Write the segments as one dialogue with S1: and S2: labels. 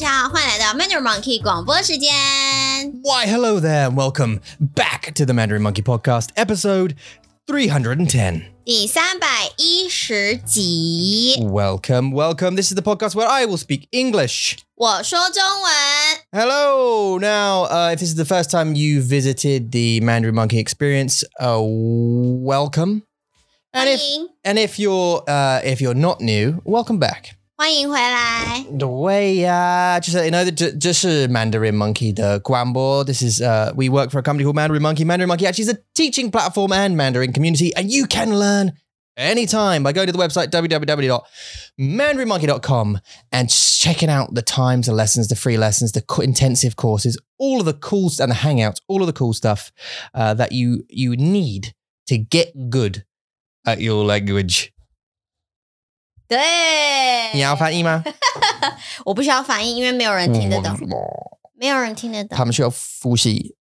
S1: 聊 Mandarin Monkey 广播时间。
S2: Why, hello there, and welcome back to the Mandarin Monkey Podcast, episode 310.
S1: 第三百一十集，
S2: Welcome, welcome. This is the podcast where I will speak English.
S1: 我说中文。
S2: Hello! Now, uh, if this is the first time you visited the Mandarin Monkey Experience, uh, welcome.
S1: 欢
S2: And if
S1: 迎
S2: and if you're uh, if you're not new, welcome back.
S1: 欢迎回来，
S2: uh, 对呀、啊，就是你know，这这是Mandarin This is uh, we work for a company called Mandarin Monkey. Mandarin Monkey actually is a teaching platform and Mandarin community, and you can learn anytime by going to the website www.mandarinmonkey.com and checking out the times, the lessons, the free lessons, the co- intensive courses, all of the cool and the hangouts, all of the cool stuff uh, that you you need to get good at your language.
S1: 对，
S2: 你要翻译吗？ 嗯
S1: 我不需要翻译，因为没有人听得懂，没有人听得懂。
S2: 他们需要复习。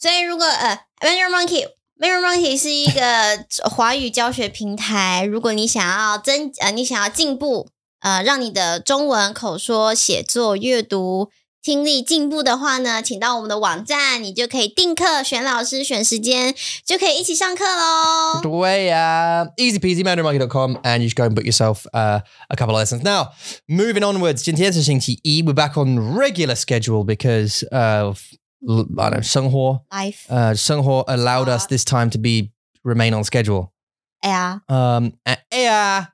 S1: 所以如果呃，Mandarin Monkey。Mandarin Monkey 是一个华语教学平台。如果你想要增呃，你想要进步，呃，让你的中文口说、写作、阅读、听力进步的话呢，请到我们的网站，你就可以订课、选老师、选时间，就可以一起上课喽。
S2: way. Yeah. Easy peasy, mandarinmonkey.com, and you should go and book yourself uh, a couple of lessons. Now, moving onwards, 今天是星期一, we're back on regular schedule because of, l- I don't know, Sunghua.
S1: Life，
S2: Uh, Sunghua allowed us this time to be remain on schedule.
S1: 哎呀，
S2: Um, and, yeah,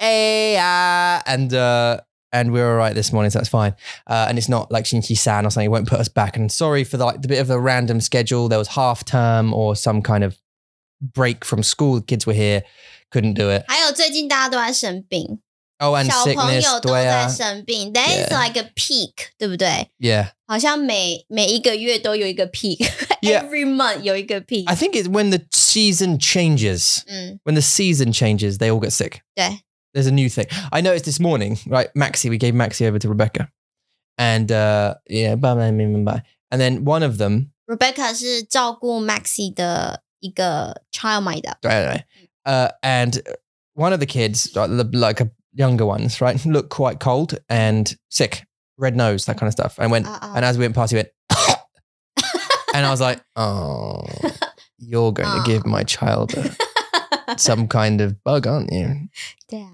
S2: yeah, and, uh, and we're all right this morning, so that's fine. Uh, and it's not like Shinchi San or something, it won't put us back. And sorry for the, like, the bit of a random schedule. There was half term or some kind of break from school. The kids were here, couldn't do it.
S1: 还有最近大家都在生病，
S2: Oh, and
S1: 小朋
S2: sickness.
S1: 友都在
S2: 对啊,
S1: 生病，That is
S2: Yeah.
S1: like a peak，对不对？
S2: yeah.
S1: 好像每每一个月都有一个
S2: Yeah.
S1: peak，every month 有一个 peak。
S2: I think it's when the season changes.
S1: 嗯，
S2: When the season changes, they all get sick.
S1: 对，
S2: there's a new thing. I noticed this morning, right? Maxi, we gave Maxi over to Rebecca. And uh yeah, bye bye bye bye, bye. And then one of them,
S1: Rebecca 是照顾 Maxi 的一个 child mind up，
S2: right, right, uh, and one of the kids, like the like a younger ones, right, looked quite cold and sick, red nose, that kind of stuff. And went
S1: Uh, uh.
S2: and as we went past, he went, and I was like, oh, you're going
S1: Aw.
S2: to give my child some kind of bug, aren't you?
S1: 对啊。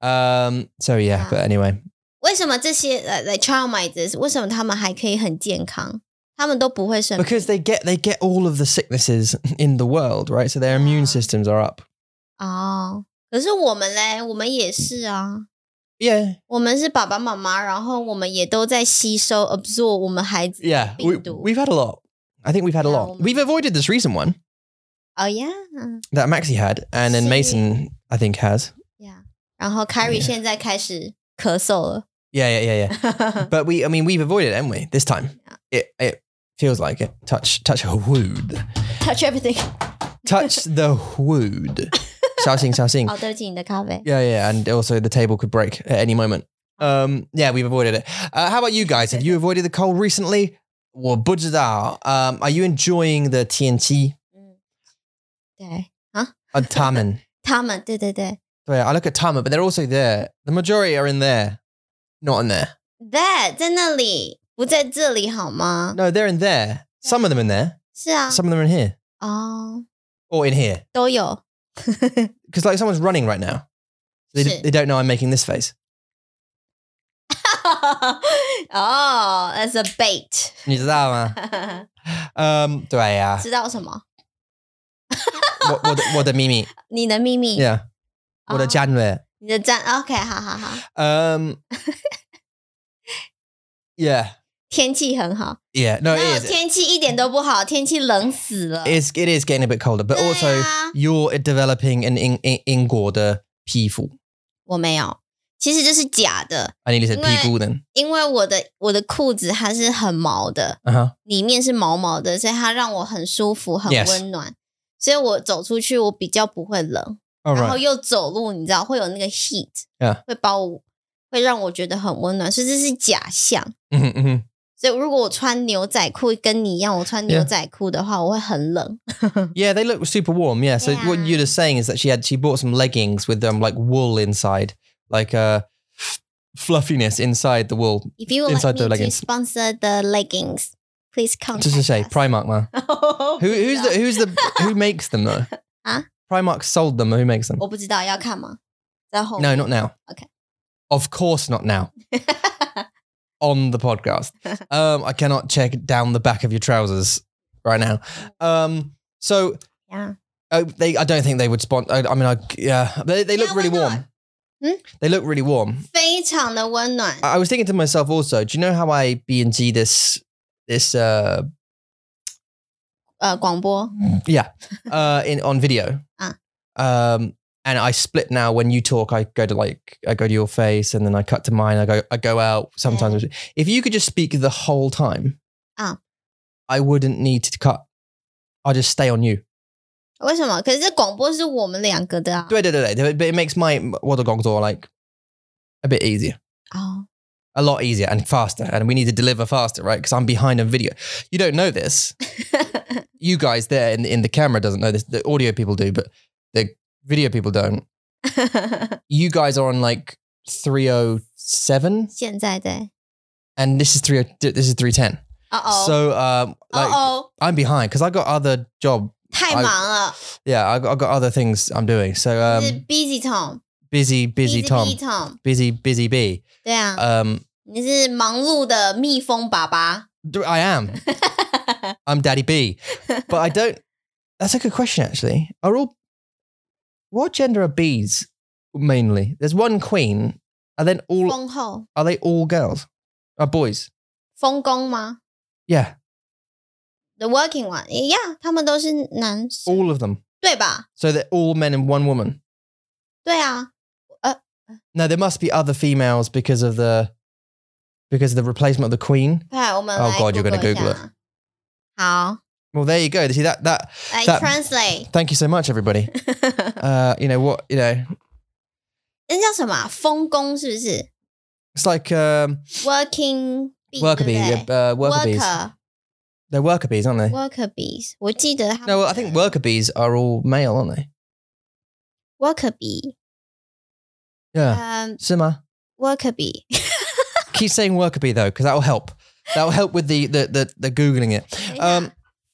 S2: Um. So yeah,
S1: Wow.
S2: but anyway,
S1: 为什么这些呃呃 child mind 为什么他们还可以很健康？他们都不会生病
S2: because they get they get all of the sicknesses in the world, right? So their
S1: Yeah.
S2: immune systems are up.
S1: 哦。可是我们嘞，我们也是啊，
S2: Yeah,
S1: 我们是爸爸妈妈，然后我们也都在吸收 absorb 我们孩子
S2: yeah. We,
S1: 病毒。
S2: we've had a lot. I think we've had a
S1: Yeah,
S2: lot.
S1: woman.
S2: We've avoided this recent one
S1: 哦呀呀
S2: that Maxie had, and then
S1: See?
S2: Mason I think has.，
S1: Yeah 然后 Carrie
S2: Yeah.
S1: 现在开始咳嗽了。
S2: Yeah, yeah, yeah, yeah. But we, I mean, we've avoided it, haven't we? This time, it it feels like it. Touch, touch a wood.
S1: Touch everything。
S2: Touch the wood. Xiaoxing, Xiaoxing.
S1: 好，哦对不起，你的咖啡。
S2: Yeah, yeah, and also the table could break at any moment. Um, yeah, we've avoided it. Uh, how about you guys? Have you avoided the cold recently? Well, 不知道. Um, are you enjoying the TNT
S1: 嗯，对。
S2: and Taman?
S1: 他们，对对对
S2: So, yeah, Uh, I look at Taman, but they're also there. The majority are in there, not in there.
S1: ，that 在那里，不在这里好吗？
S2: No, they're in there. Some of them in there.
S1: 是啊，
S2: Some of them are in here
S1: 哦，
S2: or in here.
S1: 都有，
S2: Because like someone's running right now. They,
S1: Shit.
S2: they don't know I'm making this face.
S1: 哦，as a bait，
S2: 你知道吗？um, 对呀。
S1: 知道什么？
S2: 我-我的-我的秘密。
S1: 你的秘密
S2: Yeah.
S1: 哦
S2: 我的战略。
S1: 你的战，OK，好好好，
S2: Um. yeah,
S1: 天气很好，
S2: yeah. No,
S1: 然
S2: it
S1: 后
S2: is.
S1: 天气一点都不好，天气冷死了。
S2: It's it is getting a bit colder, but also
S1: 对啊。
S2: you're developing an in in 英国的皮肤.
S1: 我没有，其实这是假的，
S2: I nearly said
S1: 因为-
S2: 皮肤 then.
S1: 因为我的我的裤子它是很毛的，
S2: Uh huh.
S1: 里面是毛毛的，所以它让我很舒服、很
S2: Yes.
S1: 温暖。所以我走出去，我比较不会冷
S2: All
S1: 然后
S2: right.
S1: 又走路，你知道会有那个 heat，、
S2: Yeah.
S1: 会把我会让我觉得很温暖，所以这是假象。
S2: Mhm, mhm.
S1: 所以如果我穿牛仔裤跟你一样，我穿牛仔裤的话我会很冷。
S2: Yeah, they look super warm. Yeah. So what
S1: Yeah.
S2: you're just saying is that she had she bought some leggings with um like wool inside, like uh fluffiness inside the wool.
S1: If you would
S2: Inside
S1: like
S2: the
S1: me to
S2: leggings.
S1: sponsor the leggings, please contact
S2: Just to say,
S1: us.
S2: Primark man. Who, who's the who's the who makes them though?
S1: Oh, Huh?
S2: Primark sold them. Who makes them?
S1: 我不知道要看吗？在后
S2: No, not now.
S1: Okay.
S2: Of course, not now on the podcast. um, I cannot check down the back of your trousers right now.
S1: Oh.
S2: Um, so
S1: yeah.
S2: uh, they, I don't think they would sponsor. I, I mean, I yeah, they, they look
S1: Yeah,
S2: really
S1: why not?
S2: warm.
S1: Hmm?
S2: They look really warm.
S1: 非常的温暖。
S2: I I was thinking to myself also, do you know how I B and G this this uh
S1: 呃，广播
S2: Mm. yeah uh in on video?
S1: Ah.
S2: Um and I split now when you talk I go to like I go to your face and then I cut to mine I go I go out sometimes if you could just speak the whole time
S1: Ah.
S2: I wouldn't need to cut I'll just stay on you
S1: 为什么？可是这广播是我们两个的啊。
S2: 对对对对 but it makes my water gong door like a bit easier
S1: 哦，
S2: a lot easier and faster and we need to deliver faster right because I'm behind on video you don't know this you guys there in in the camera doesn't know this. The audio people do, but the video people don't. You guys are on like 307,
S1: 现在对。
S2: and this is 30, This is 310.
S1: 哦哦，
S2: So um,
S1: 哦
S2: like
S1: 哦，
S2: I'm behind because I got other job.
S1: 太忙了，
S2: Yeah, I got, I got other things I'm doing. So
S1: 就是
S2: um,
S1: busy Tom，
S2: busy, busy Tom,
S1: Bee Tom，
S2: busy, busy bee.
S1: 对啊，
S2: Um,
S1: 你是忙碌的蜜蜂爸爸。
S2: d- I am. I'm Daddy B, but I don't. That's a good question, actually. Are all what gender are bees mainly? There's one queen, and then all
S1: 蜂后，
S2: are they all girls? Are boys?
S1: 蜂工吗
S2: Yeah,
S1: ？The working one，一样，他们都是男生，
S2: all of them.
S1: 对吧？
S2: So they're all men and one woman.
S1: 对啊，
S2: No, there must be other females because of the because of the replacement of the queen.
S1: 快，我们
S2: Oh
S1: 来
S2: God, you're gonna
S1: Google 一下
S2: Google
S1: 好，
S2: Well, there you go. See that that.
S1: 来
S2: That-
S1: translate，
S2: Thank you so much, everybody. Uh, you know what? You know,
S1: 那叫什么啊？蜂工是不是
S2: it's like um,
S1: ？Working bee，
S2: worker bees.
S1: 对不
S2: yeah, Uh,
S1: 对
S2: worker bees. They're worker bees, aren't they?
S1: worker bees，我记得他们的。
S2: No, well, 哎 I think worker bees are all male, aren't they?
S1: worker bee，
S2: Yeah.
S1: 嗯
S2: Simmer.
S1: ，worker bee，
S2: Keep saying worker bee though, because that'll help. That'll help with the the the, the googling it.
S1: 等一下
S2: Um,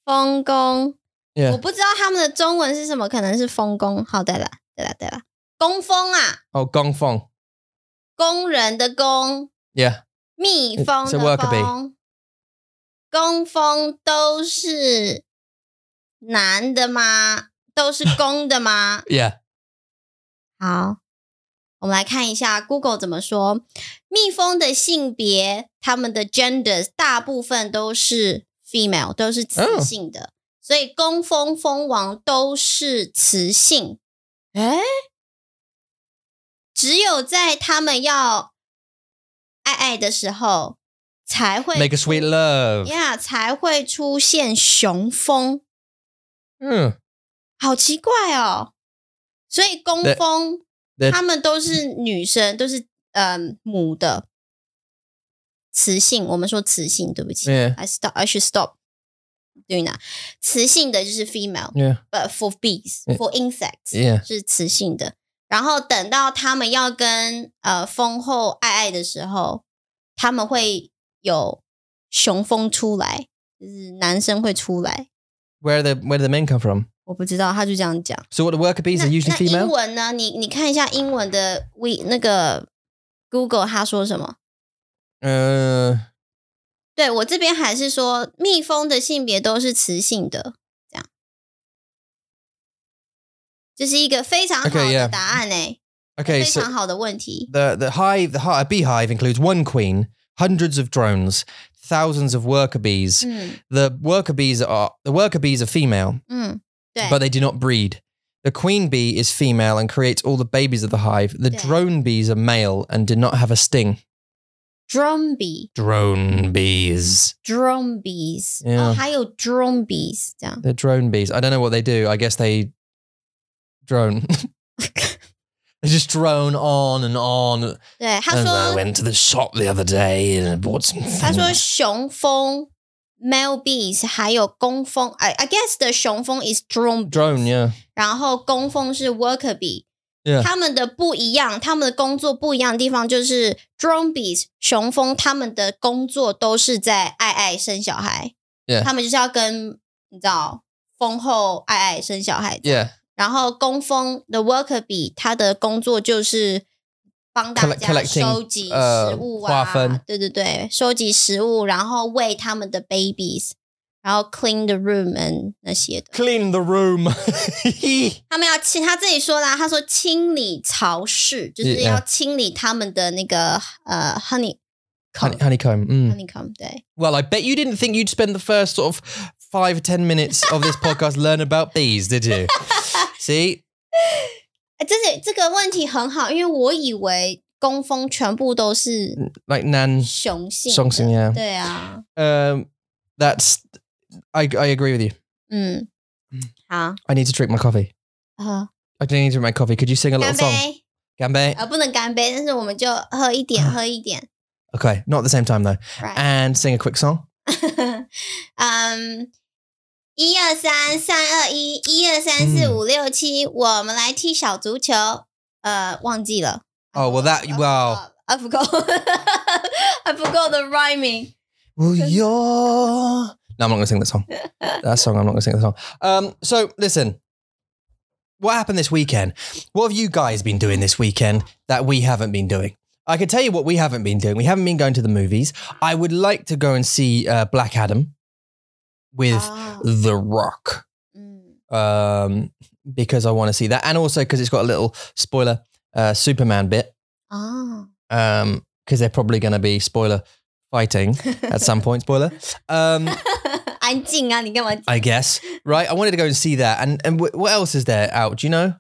S1: 蜂工，
S2: Yeah
S1: 我不知道他们的中文是什么，可能是蜂工。好的啦，对啦，对啦，工蜂啊，
S2: oh, gong fong.
S1: 工人的工，
S2: Yeah.
S1: 蜜蜂
S2: It's a
S1: 的
S2: worker bee
S1: 蜂，工蜂都是男的吗？都是公的吗？
S2: Yeah.
S1: 好，我们来看一下 Google 怎么说。蜜蜂的性别，它们的 genders 大部分都是 female，都是
S2: 哦
S1: 雌性的，所以工蜂、蜂王都是雌性。诶，只有在它们要爱爱的时候，才会
S2: Make a sweet love.
S1: 呀才会出现雄蜂。
S2: Hmm.
S1: 好奇怪哦。所以工
S2: 对
S1: 蜂
S2: 对
S1: 他们都是女生，都是嗯、母的雌性。我们说雌性，对不起。
S2: Yeah.
S1: I stop. I should stop doing that. 雌性的就是 female，but
S2: Yeah.
S1: for bees,
S2: Yeah.
S1: for insects
S2: 嗯 Yeah.
S1: 是雌性的。然后等到他们要跟呃蜂后爱爱的时候，他们会有雄蜂出来，就是男生会出来。
S2: Where do the where do the men come from?
S1: 我不知道，他就这样讲。
S2: So what the worker bees
S1: 那
S2: are usually
S1: 那英
S2: female?
S1: 文呢？你你看一下英文的 we 那个 Google 他说什么？
S2: Uh
S1: 对我这边还是说蜜蜂的性别都是雌性的，这样，这是一个非常好的
S2: Okay, yeah.
S1: 答案呢、欸
S2: okay,
S1: 非
S2: so
S1: 常好的问题。
S2: the the hive the hi- a beehive includes one queen, hundreds of drones, thousands of worker bees.
S1: 嗯
S2: The worker bees are the worker bees are female.
S1: 嗯，对
S2: but they do not breed. The queen bee is female and creates all the babies of the hive. The
S1: Yeah.
S2: drone bees are male and do not have a sting.
S1: ，drum bee
S2: Drone bees.
S1: drum bees，
S2: Yeah.
S1: 哦，还有 drum bees 这样。
S2: They're drone bees. I don't know what they do. I guess they drone. they just drone on and on.
S1: 对，他
S2: And I
S1: 说
S2: went to the shop the other day and I bought some
S1: 他说
S2: things.
S1: 雄蜂 male bees 还有工蜂，I I guess the 雄蜂 is drum bee
S2: Drone, yeah.
S1: 然后工蜂是 worker bee，
S2: Yeah.
S1: 他们的不一样，他们的工作不一样的地方就是 Dronebees 雄蜂他们的工作都是在爱爱生小孩
S2: Yeah.
S1: 他们就是要跟你知道蜂后爱爱生小孩
S2: Yeah.
S1: 然后工蜂的 worker bee 他的工作就是帮大
S2: Collect-
S1: 家
S2: collecting，
S1: 收集
S2: 呃
S1: 食物
S2: 花
S1: 啊，
S2: 分
S1: 对对对，收集食物，然后喂他们的 babies，然后 clean the room and 那些的。
S2: Clean the room.
S1: 他们要清，他自己说啦，他说清理巢室，就是要清理他们的那个呃 honey
S2: Honey, honeycomb. Mm.
S1: honeycomb，对，
S2: Well, I bet you didn't think you'd spend the first sort of five, ten minutes of this podcast learn about bees, did you? See?
S1: 哎，这是这个问题很好，因为我以为工蜂全部都是
S2: Like Nan
S1: 雄性的，
S2: Songsing, yeah.
S1: 对啊，
S2: Um, that's I I agree with you.
S1: 嗯
S2: 嗯，
S1: 好，
S2: I need to drink my coffee.
S1: 呃。
S2: I do need to drink my coffee. Could you sing a
S1: 干
S2: little song?
S1: 杯！
S2: Gambe.
S1: 呃，不能干杯，但是我们就喝一点，喝一点。
S2: Okay, not at the same time though.
S1: Right，
S2: And sing a quick song.
S1: 嗯，一二三，三二一，一二三四
S2: 嗯
S1: 五六七，我们来踢小足球。呃，忘记了。呃
S2: Oh, well, that- well.
S1: I forgot. I forgot the rhyming.
S2: Well, you're. No, I'm not going to sing that song. That song, I'm not going to sing that song. Um, so, listen, what happened this weekend? What have you guys been doing this weekend that we haven't been doing? I could tell you what we haven't been doing. We haven't been going to the movies. I would like to go and see uh, Black Adam with
S1: Oh,
S2: The Rock
S1: mm,
S2: um, because I want to see that. And also because it's got a little spoiler uh, Superman bit
S1: oh.
S2: because they're probably going to be spoiler fighting at some point. Spoiler. Um,
S1: 安静啊！你干嘛？
S2: I guess. Right. I wanted to go and see that. And and wh- what else is there out? Do you know?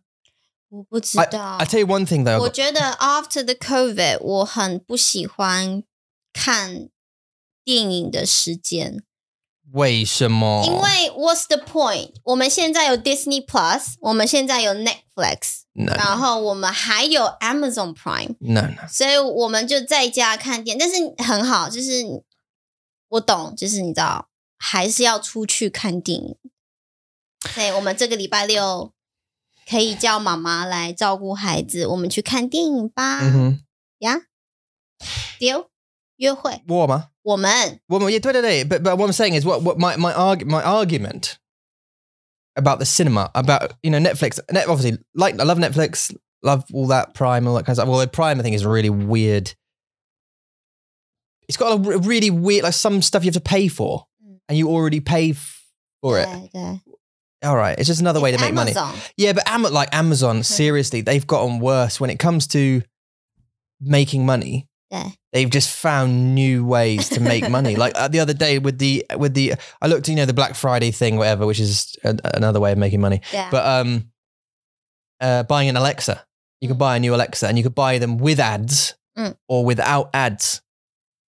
S1: 我不知道
S2: I。tell you one thing though.
S1: 我觉得 after the COVID，我很不喜欢看电影的时间，
S2: Way some
S1: 因为 What's the point？我们现在有 Disney Plus，我们现在有 Netflix，
S2: No.
S1: 然后我们还有 Amazon Prime，
S2: No. No.
S1: 所以我们就在家看电影。但是很好，就是我懂，就是你知道，还是要出去看电影。对，我们这个礼拜六可以叫妈妈来照顾孩子，我们去看电影吧。
S2: Mm-hmm.
S1: 丢约会，
S2: Warmer.
S1: 我们
S2: Warmer. Yeah. Today. But but what I'm saying is what what my my arg- my argument about the cinema about you know Netflix. Net, obviously, like I love Netflix. Love all that Prime, all that kind of stuff. Well, Prime, I think, is a really weird. It's got a re- really weird, like some stuff you have to pay for,
S1: Mm.
S2: and you already pay f- for it.
S1: 对对，
S2: All right, it's just another way to make money.
S1: Amazon
S2: Yeah, but Am- like Amazon, seriously, they've gotten worse when it comes to making money.
S1: Yeah.
S2: They've just found new ways to make money. Like uh, the other day with the with the I looked, you know, the Black Friday thing, whatever, which is a, another way of making money.
S1: 对啊，
S2: But um, uh, buying an Alexa, you
S1: Mm.
S2: could buy a new Alexa, and you could buy them with ads
S1: Mm.
S2: or without ads.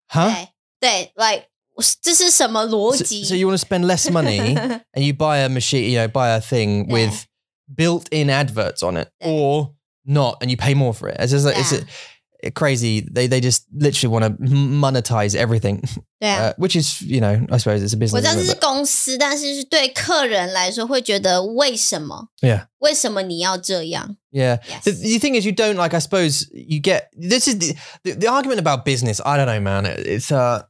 S2: Huh?
S1: 对对，like 我这是什么逻
S2: So,
S1: 辑
S2: so you want to spend less money? and you buy a machine, you know, buy a thing
S1: Yeah.
S2: with built-in adverts on it,
S1: Yeah.
S2: or not, and you pay more for it. It's just like it's
S1: Yeah.
S2: a, crazy. They they just literally want to monetize everything,
S1: 对啊。
S2: uh, which is you know, I suppose it's a
S1: 我
S2: business.
S1: 知道这
S2: isn't
S1: 是
S2: it?
S1: 公司，但是是对客人来说会觉得为什么
S2: Yeah.
S1: 为什么你要这样
S2: But- yeah. The,
S1: ？Yes，
S2: the thing is, you don't like. I suppose you get this is the, the, the argument about business. I don't know, man. It, it's uh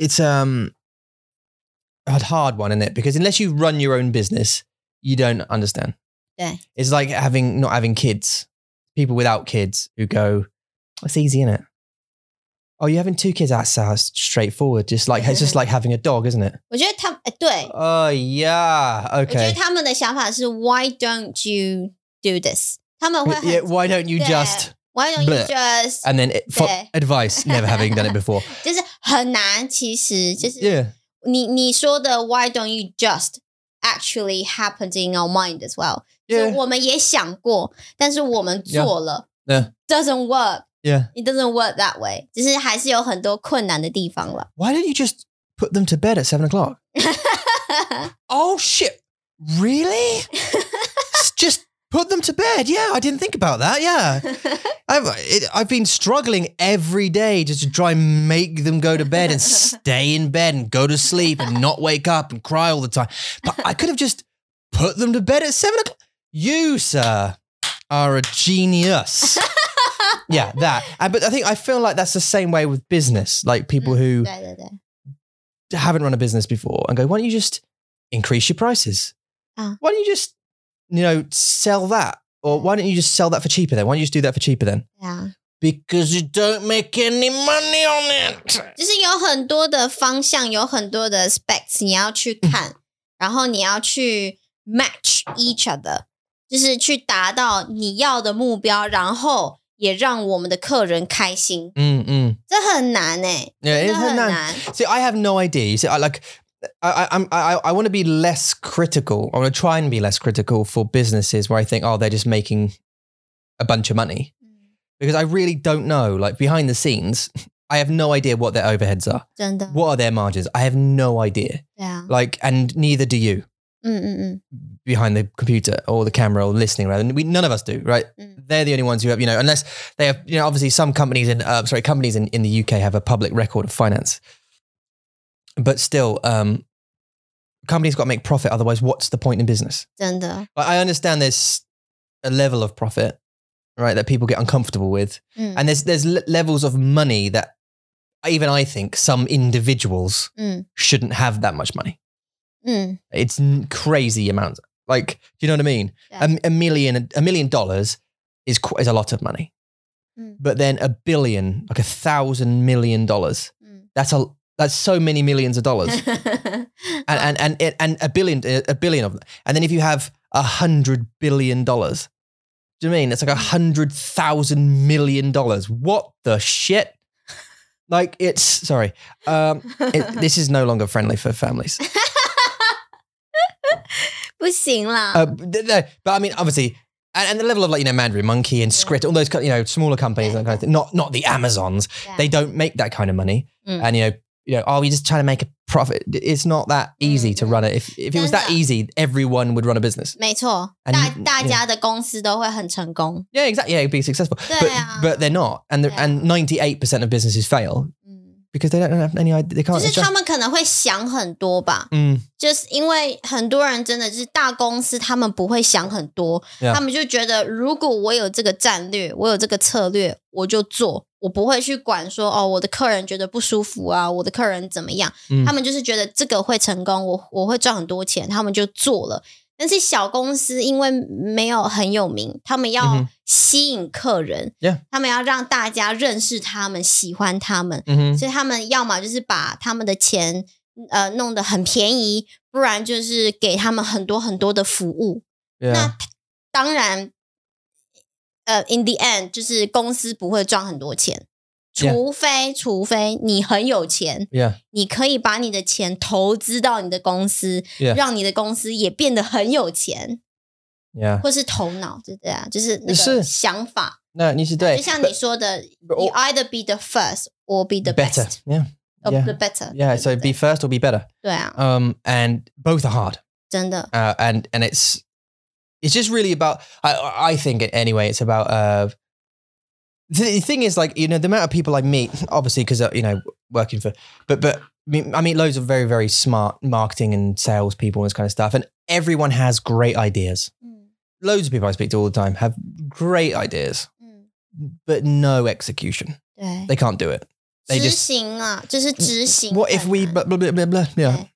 S2: it's um a hard one, isn't it? Because unless you run your own business, you don't understand.
S1: Yeah.
S2: it's like having not having kids. People without kids who go, "It's easy, isn't it?" Oh, you're having two kids. That's uh, straightforward. Just like it's just like having a dog, isn't it?
S1: 我觉得他们哎对，
S2: Oh yeah,
S1: 我觉得
S2: okay.
S1: 他们的想法是 Why don't you do this？他们会
S2: Yeah,
S1: 很
S2: why don't you
S1: Yeah.
S2: just?
S1: Why don't you
S2: Bleh.
S1: just？
S2: And then it, for
S1: There.
S2: advice, never having done it before.
S1: 就是很难，其实就是。
S2: Yeah.
S1: 你你说的 Why don't you just actually happened in our mind as well？就
S2: Yeah.
S1: 我们也想过，但是我们做了
S2: Yeah.
S1: doesn't work。
S2: Yeah.
S1: It doesn't work that way，只是还是有很多困难的地方 了。
S2: Why don't you just put them to bed at seven o'clock? Oh shit. Really? S- just put them to bed. Yeah, I didn't think about that. Yeah. I've it, I've been struggling every day just to try and make them go to bed and stay in bed and go to sleep and not wake up and cry all the time. But I could have just put them to bed at seven o'clock. You, sir. are a genius. yeah, that. And, but I think I feel like that's the same way with business. Like people who
S1: 对对对，
S2: haven't run a business before and go, why don't you just increase your prices?
S1: Ah.
S2: Why don't you just, you know, sell that? Or why don't you just sell that for cheaper then? Why don't you just do that for cheaper then?
S1: 对啊，
S2: Because you don't make any money on it.
S1: 就是有很多的方向，有很多的 specs 你要去
S2: 嗯
S1: 看，然后你要去 match each other，就是去达到你要的目标，然后也让我们的客人开心，
S2: Mm, mm.
S1: 这很难哎、
S2: Yeah,
S1: 欸，
S2: it
S1: 真
S2: is
S1: 的很
S2: Hernan.
S1: 难。
S2: See, I have no idea. You see, I like. I, I, I'm- I, I want to be less critical. I want to try and be less critical for businesses where I think, oh, they're just making a bunch of money. Because I really don't know. Like behind the scenes, I have no idea what their overheads are.
S1: 真的，
S2: What are their margins? I have no idea.
S1: 对啊，
S2: Like, and neither do you
S1: 嗯嗯
S2: behind the computer or the camera or listening rather. We, none of us do, right?
S1: Mm.
S2: They're the only ones who have, you know, unless they have, you know, obviously some companies in, uh, sorry, companies in, in the UK have a public record of finance. But still, um, companies got to make profit. Otherwise, what's the point in business?
S1: 真的，
S2: But I understand there's a level of profit, right, that people get uncomfortable with.
S1: 嗯
S2: And there's, there's le- levels of money that even I think some individuals
S1: 嗯
S2: shouldn't have that much money.
S1: 嗯，
S2: It's n- crazy amounts. Like, do you know what I mean? A, a million, a million dollars is qu- is a lot of money,
S1: Mm.
S2: but then a billion, like a thousand million dollars,
S1: 嗯
S2: that's a that's so many millions of dollars, and and and it, and a billion, a billion of them, and then if you have a hundred billion dollars, do you know what I mean it's like a hundred thousand million dollars? What the shit? Like it's sorry, um, it, this is no longer friendly for families.
S1: 不行啦，
S2: Uh, but th- th- but I mean, obviously, and, and the level of like you know Mandarin Monkey and Script, all those kind- you know smaller companies, and that kind of thing. Not not the Amazons.
S1: Yeah.
S2: They don't make that kind of money,
S1: Mm.
S2: and you know. You know, oh, you're just trying to make a profit. It's not that easy to
S1: Mm.
S2: run it. If, if it was that
S1: Turns out-
S2: easy, everyone would run a business.
S1: 没错，
S2: And-
S1: 大
S2: yeah.
S1: 大家的公司都会很成功，
S2: Yeah, exactly. Yeah, it'd be successful. But,
S1: Yeah.
S2: but they're not. And they're, and 98% of businesses fail
S1: 嗯，
S2: because they don't have any idea. They
S1: 就
S2: can't.
S1: 是
S2: adjust.
S1: 他们可能会想很多吧，
S2: Mm,
S1: 就是因为很多人真的就是大公司，他们不会想很多
S2: Yeah.
S1: 他们就觉得如果我有这个战略，我有这个策略，我就做，我不会去管说哦，我的客人觉得不舒服啊，我的客人怎么样，
S2: 嗯
S1: 他们就是觉得这个会成功，我我会赚很多钱，他们就做了。但是小公司因为没有很有名，他们
S2: 嗯
S1: 要
S2: 哼
S1: 吸引客人
S2: Yeah
S1: 他们要让大家认识他们，喜欢他们，
S2: mhm.
S1: 所以他们要么就是把他们的钱呃弄得很便宜，不然就是给他们很多很多的服务。
S2: Yeah.
S1: 当然，呃，in the end 就是公司不会赚很多钱，
S2: Yeah
S1: 除非除非你很有钱，
S2: Yeah.
S1: 你可以把你的钱投资到你的公司
S2: Yeah
S1: 让你的公司也变得很有钱，
S2: Yeah.
S1: 或是头脑，对不对啊？就是那
S2: 是
S1: 个想法，
S2: No, it needs to do
S1: 就
S2: it.
S1: 像
S2: But-
S1: 你说的
S2: but
S1: ，you
S2: all-
S1: either be the first or be the
S2: better.
S1: best
S2: Yeah.
S1: or
S2: Yeah
S1: the better，
S2: Yeah.
S1: 对
S2: So
S1: 不对
S2: be first or be better.
S1: 对啊，
S2: um, and both are hard.
S1: 真的，
S2: Uh, and and it's it's just really about I I think anyway it's about uh the thing is like you know the amount of people I meet obviously because uh, you know working for but but I mean, I meet loads of very very smart marketing and sales people and this kind of stuff and everyone has great ideas.
S1: 嗯
S2: Loads of people I speak to all the time have great ideas
S1: 嗯，
S2: but no execution.
S1: 对。
S2: They can't do it. They
S1: 执
S2: just 嗯
S1: 行啊，就是执行很难。
S2: What if we blah blah blah blah? blah yeah.
S1: Okay.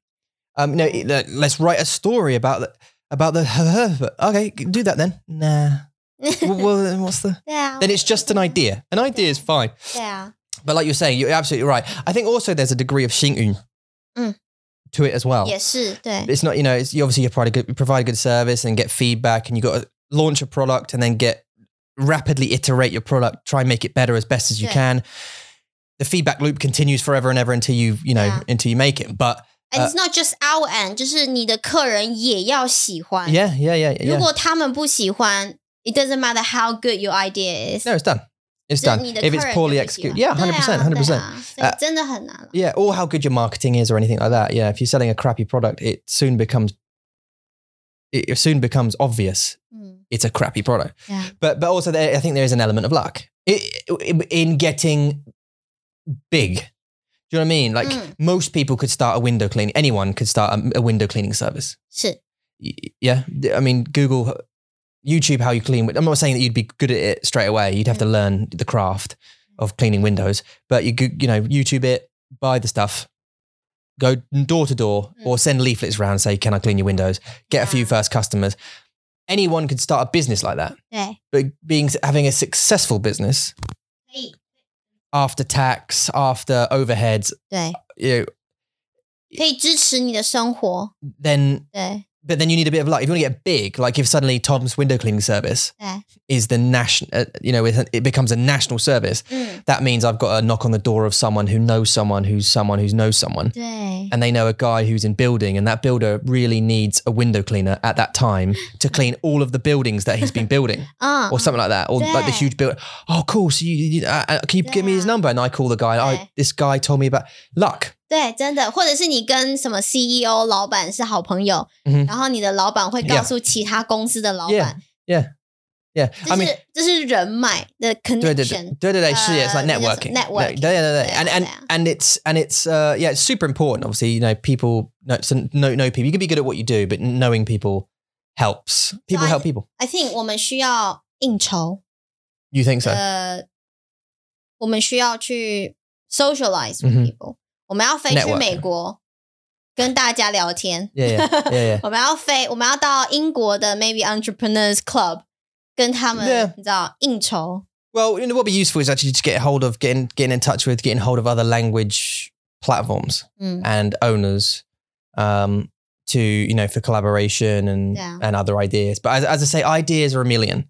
S2: Um. No. it- let- Let's write a story about the, about the. Okay, do that then. Nah. well, well, then what's the?
S1: 对啊，
S2: Then it's just an idea. An idea is fine.
S1: 对啊，
S2: But like you're saying, you're absolutely right. I think also there's a degree of xingyu
S1: Mm.
S2: to it as well.
S1: 也是对，
S2: It's not you know. It's you obviously you provide a good, provide a good service and get feedback, and you got to launch a product and then get rapidly iterate your product, try and make it better as best as you
S1: Yeah.
S2: can. The feedback loop continues forever and ever until you you know
S1: Yeah.
S2: until you make it. But
S1: And it's not just our end，就是你的客人也要喜欢。
S2: Yeah, yeah, yeah, yeah.
S1: 如果他们不喜欢，it doesn't matter how good your idea is，
S2: no, it's done.
S1: 就
S2: It's
S1: 是
S2: done.
S1: 你的
S2: If
S1: 客
S2: it's
S1: 人
S2: poorly
S1: 就不喜欢
S2: executed, yeah, hundred
S1: 对
S2: percent,
S1: 啊
S2: hundred
S1: 对
S2: percent.
S1: 啊所以
S2: 呃
S1: 真的很难了。
S2: Yeah, or how good your marketing is, or anything like that. Yeah, if you're selling a crappy product, it soon becomes it it soon becomes obvious
S1: 嗯，
S2: it's a crappy product.
S1: Yeah.
S2: But but also there, I think there is an element of luck i i- in getting big. Do you know what I mean? Like
S1: Mm.
S2: most people could start a window cleaning. Anyone could start a, a window cleaning service.
S1: 是
S2: Y- Yeah, I mean Google YouTube how you clean. wi- I'm not saying that you'd be good at it straight away. You'd have
S1: Mm.
S2: to learn the craft of cleaning windows, but you could, you know, YouTube it, buy the stuff, go door to door,
S1: Mm.
S2: or send leaflets around say, "Can I clean your windows?" Get a few
S1: Yeah.
S2: first customers. Anyone could start a business like that,
S1: 对，
S2: but being having a successful business
S1: 可以，
S2: after tax, after overheads,
S1: 对，
S2: you know,
S1: 可以支持你的生活，
S2: then.
S1: 对，
S2: But then you need a bit of luck. If you want to get big, like if suddenly Tom's window cleaning service
S1: Yeah.
S2: is the national, uh, you know, it it becomes a national service.
S1: 嗯，
S2: that means I've got to knock on the door of someone who knows someone who's someone who knows someone.
S1: 对，
S2: And they know a guy who's in building, and that builder really needs a window cleaner at that time to clean all of the buildings that he's been building,
S1: 嗯，
S2: or something like that, or like the
S1: Yeah.
S2: huge build. Oh, cool! So you, you uh, uh, can you give me his
S1: Yeah.
S2: number? And I call the guy.
S1: Yeah.
S2: I, this guy told me about luck.
S1: 对，真的，或者是你跟什么 CEO 老板是好朋友，
S2: 嗯哼
S1: 然后你的老板会
S2: Yeah.
S1: 告诉其他公司的老
S2: Yeah,
S1: 板
S2: yeah. I
S1: 这
S2: mean,
S1: 是这是人脉的 connection，
S2: 对对对，是，it's like
S1: Uh,
S2: networking.
S1: networking.
S2: 对对对，
S1: 对啊，
S2: and and
S1: 对啊。
S2: and it's and it's uh yeah, it's super important. Obviously, you know, people know so know know people. You can be good at what you do, but knowing people helps. People
S1: I-
S2: help people.
S1: I think 我们需要应酬，
S2: You think so?
S1: 呃，我们需要去 socialize with
S2: 嗯哼
S1: people，、我们要飞去
S2: Network
S1: 美国跟大家聊天，
S2: yeah, yeah, yeah, yeah.
S1: 我们要飞，我们要到英国的 maybe entrepreneurs club 跟他们
S2: Yeah.
S1: 你知道应酬，
S2: Well, you know what'd be useful is actually to get hold of getting getting in touch with getting hold of other language platforms
S1: 嗯，
S2: and owners. Um to you know for collaboration and
S1: Yeah.
S2: and other ideas but as, as i say ideas are a million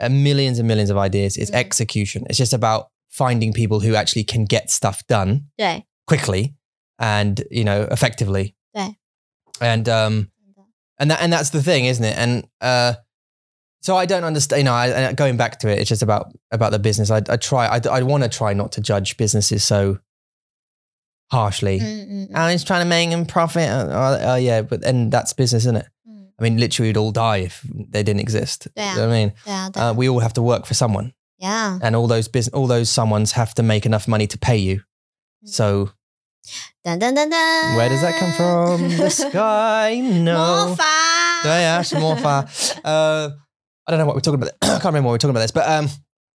S2: uh, millions and millions of ideas it's
S1: Mm.
S2: execution it's just about finding people who actually can get stuff done
S1: 对
S2: quickly and you know effectively
S1: Right.
S2: and um and that and that's the thing isn't it and uh so I don't understand. You know, I, I- going back to it, it's just about about the business. I, I try. I, I want to try not to judge businesses so harshly.
S1: 嗯嗯嗯
S2: Oh, he's trying to make him profit. Oh, oh, oh, yeah, but and that's business, isn't it?
S1: 嗯，
S2: I mean, literally, we'd all die if they didn't exist.
S1: Yeah.
S2: You know what I mean,
S1: 对啊对啊
S2: uh, we all have to work for someone
S1: ，Yeah，
S2: and all those business, all those someone's have to make enough money to pay you. So
S1: 噔噔噔噔，
S2: where does that
S1: Uh.
S2: come from? The sky?
S1: 魔
S2: No.
S1: 法，
S2: Yeah, it's more far. Uh, I don't know what we're talking about. I can't remember what we're talking about this, but um,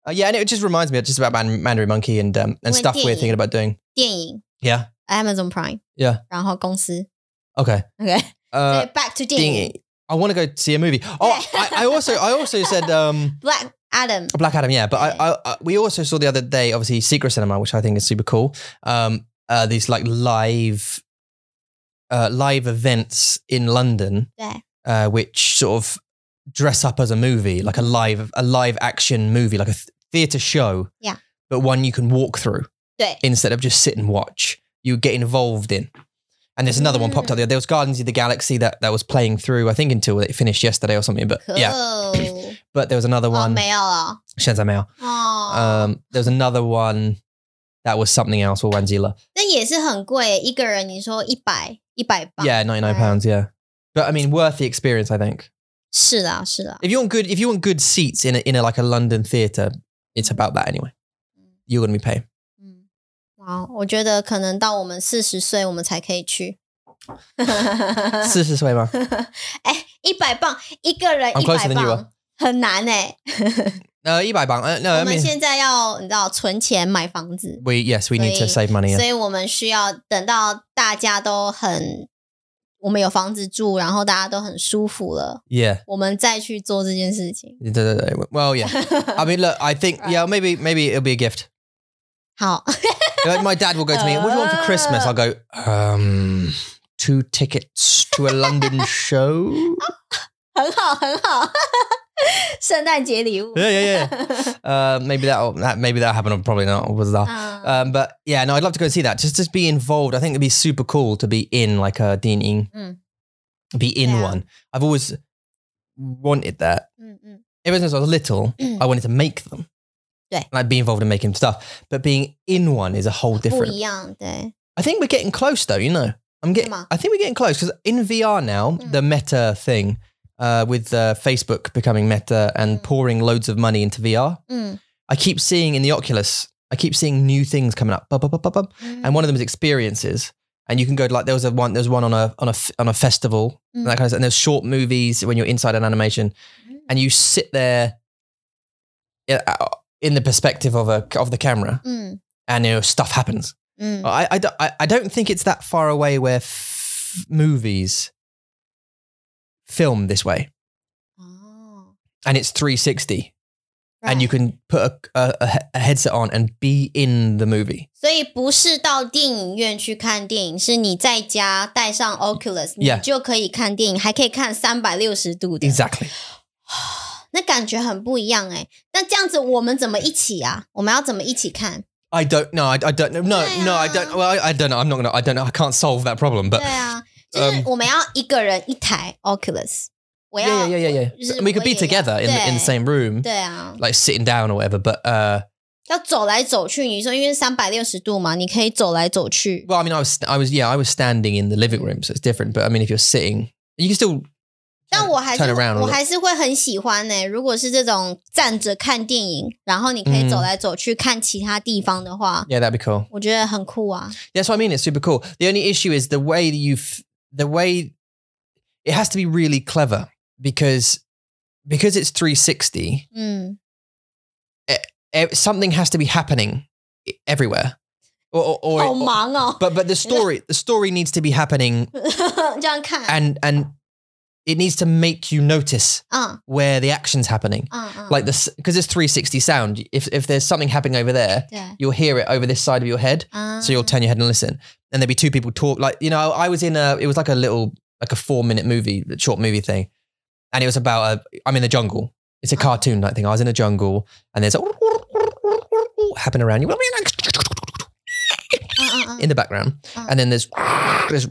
S2: uh, yeah, and it just reminds me just about Man- Mandarin Monkey and um,
S1: We're
S2: and stuff we're
S1: doing.
S2: thinking about doing.
S1: 电影
S2: Yeah.
S1: Amazon Prime，
S2: Yeah.
S1: 然后公司
S2: Okay.
S1: ，OK，所以
S2: Uh,
S1: back to 电影
S2: ding. I want to go see a movie. Oh,
S1: Yeah.
S2: I, I also I also said um,
S1: Black Adam，
S2: Black Adam. Yeah, but I,
S1: Yeah.
S2: I, I we also saw the other day, obviously Secret Cinema, which I think is super cool. Um, uh, these like live, uh, live events in London.
S1: Yeah.
S2: Uh, which sort of dress up as a movie, like a
S1: Mm-hmm.
S2: live a live action movie, like a th- theater show.
S1: Yeah.
S2: But one you can walk through
S1: 对，
S2: instead of just sit and watch. You get involved in. And there's another one popped up there. There was Guardians of the Galaxy that, that was playing through, I think, until it finished yesterday or something. But
S1: Cool. Oh,
S2: yeah, but there was another
S1: 哦，
S2: one.
S1: 没有了，
S2: Shenzhen
S1: 哦，
S2: um, there was another one that was something else or Wanzilla.
S1: 那也是很贵，一个人你说一百一百磅，
S2: Yeah, ninety nine pounds. Yeah, but I mean, worth the experience. I think
S1: 是啦是啦，
S2: if you want good, if you want good seats in a, in a, like a London theatre, it's about that anyway. You're gonna be paying.
S1: 嗯，哇，我觉得可能到我们四十岁我们才可以 去。
S2: 四十岁吗？
S1: 哎，一百磅一个人
S2: I'm
S1: 一
S2: closer
S1: 百
S2: than you
S1: 磅
S2: are
S1: 很难哎、
S2: No, 100 Uh, no,
S1: 我
S2: I
S1: 们
S2: mean
S1: 现在要你知道存钱买房子，
S2: we yes we need to
S1: Sorry.
S2: save money. Yeah.
S1: 所以我们需要等到大家都很，我们有房子住，然后大家都很舒服了，
S2: yeah.
S1: 我们再去做这件事情。
S2: Well, yeah. I mean, look, I think yeah, maybe maybe it'll be a gift.
S1: 好，
S2: Like my dad will go to me, "What do you want for Christmas?" I'll go, um, two tickets to a London show.
S1: 很好，很好，圣诞节礼物。
S2: Yeah, yeah, yeah. Uh, maybe that'll that maybe that'll happen or probably not. Was that?
S1: 嗯
S2: Um, but yeah, no, I'd love to go and see that. Just just be involved. I think it'd be super cool to be in like a Dean
S1: Mm.
S2: Be in
S1: Yeah.
S2: one. I've always wanted that.
S1: 嗯嗯
S2: Ever since I was little,
S1: Mm.
S2: I wanted to make them.
S1: Yeah. Oh,
S2: And I'd be involved in making stuff. But being in one is a whole
S1: 不
S2: different
S1: 一样，对，
S2: I think we're getting close though, you know. I'm getting
S1: Emma.
S2: I think we're getting close because in VR now,
S1: Mm.
S2: the meta thing, uh, with uh, Facebook becoming meta and
S1: Mm.
S2: pouring loads of money into VR.
S1: 嗯，
S2: I keep seeing in the Oculus, I keep seeing new things coming up. Bub, bub, bub, bub, bub.
S1: 嗯
S2: And
S1: Mm.
S2: one of them is experiences. And you can go to, like there was a
S1: 嗯 Mm.
S2: one there was one on a on a f- on a festival and that kind of stuff. and there's short movies when you're inside an animation. and you sit there i- in the perspective of a of the camera,
S1: 嗯
S2: and you know stuff happens.
S1: 嗯
S2: I I, don't- I I don't think it's that far away where f- movies film this way,
S1: 哦
S2: and it's 360, and you can put a, a a he- a headset on and be in the movie.
S1: 所以不是到电影院去看电影，是你在家带上 Oculus，你
S2: Yeah.
S1: 就可以看电影，还可以看三百六十度的
S2: Exactly.
S1: 那感觉很不一样哎、那这样子我们怎么一起啊？我们要怎么一起看？
S2: I don't know. I, I don't know. No,
S1: Yeah.
S2: no, I don't. Well, I, I don't know. I'm not gonna. I don't know. I can't solve that problem.
S1: 对
S2: But 嗯
S1: 啊，就是我们要一个人一台 Oculus，我要
S2: yeah, yeah, yeah, yeah. yeah.
S1: 就是
S2: We could be
S1: 我也要
S2: together in the, in the
S1: 对
S2: same room,
S1: 对啊，
S2: like sitting down or whatever. But uh,
S1: 要走来走去。你说因为三百六十度嘛，你可以走来走去。
S2: well, I mean, I was, I was, yeah, I was standing in the living room, so it's different. But I mean, if you're sitting, you can still.
S1: 但我还是
S2: turn around a
S1: 我
S2: little.
S1: 还是会很喜欢呢、欸如果是这种站着看电影，然后你可以
S2: 嗯
S1: 走来走去看其他地方的话，
S2: Yeah, that'd be cool.
S1: 我觉得很酷啊。
S2: That's what I mean. It's super cool. The only issue is the way that you've, the way, it has to be really clever because, because it's 360.
S1: 嗯，
S2: eh, Something has to be happening i- everywhere, or or, or,
S1: 好
S2: or
S1: 忙哦，
S2: but but the story the story needs to be happening
S1: 这样看，
S2: and and it needs to make you notice
S1: 嗯
S2: where the action's happening
S1: 嗯嗯，
S2: like this because it's 360 sound if if there's something happening over there
S1: 对
S2: you'll hear it over this side of your head
S1: 啊
S2: so you'll turn your head and listen and there'd be two people talk like you know i was in a it was like a little like a four minute movie short movie thing and it was about a i'm in the jungle it's a
S1: Uh.
S2: cartoon like thing i was in a jungle and there's a happening around you
S1: 嗯嗯嗯
S2: in the background,
S1: Oh.
S2: and then there's there's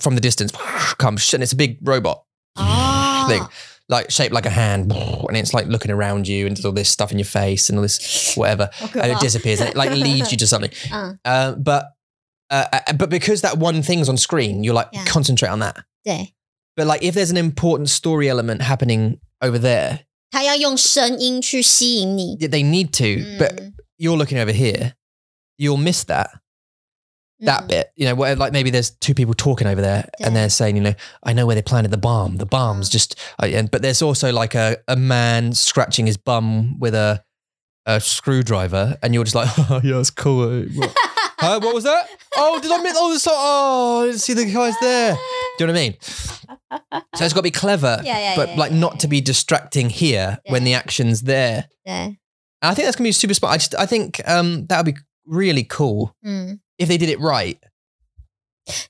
S2: from the distance comes and it's a big robot
S1: 哦
S2: thing, like shaped like a hand, and it's like looking around you and does all this stuff in your face and all this whatever,
S1: 好可
S2: and it
S1: 怕
S2: disappears and it like leads you to something.
S1: 嗯，
S2: Uh, but uh, uh, but because that one thing's on screen, you're like
S1: Yeah.
S2: concentrate on that.
S1: 对，
S2: But like if there's an important story element happening over there,
S1: 他要用声音去吸引你。
S2: they need to.
S1: 嗯
S2: But you're looking over here, you'll miss that. that
S1: 嗯
S2: bit, you know, where like maybe there's two people talking over there
S1: Mm.
S2: and
S1: Yeah.
S2: they're saying, you know, I know where they planted the bomb. The bomb's
S1: Mm.
S2: just, uh, and, but there's also like a, a man scratching his bum with a, a screwdriver and you're just like, oh, yeah, it's cool. eh, What, huh, what was that? Oh, did I miss? Oh, so, oh, I didn't see the guys there. Do you know what I mean? So it's got to be clever,
S1: Yeah, yeah,
S2: but
S1: yeah,
S2: like
S1: yeah,
S2: not
S1: yeah.
S2: to be distracting here when
S1: Yeah.
S2: the action's there.
S1: 对，
S2: And I think that's going to be super smart. I just, I think um, that would be really cool
S1: 嗯。
S2: if they did it right.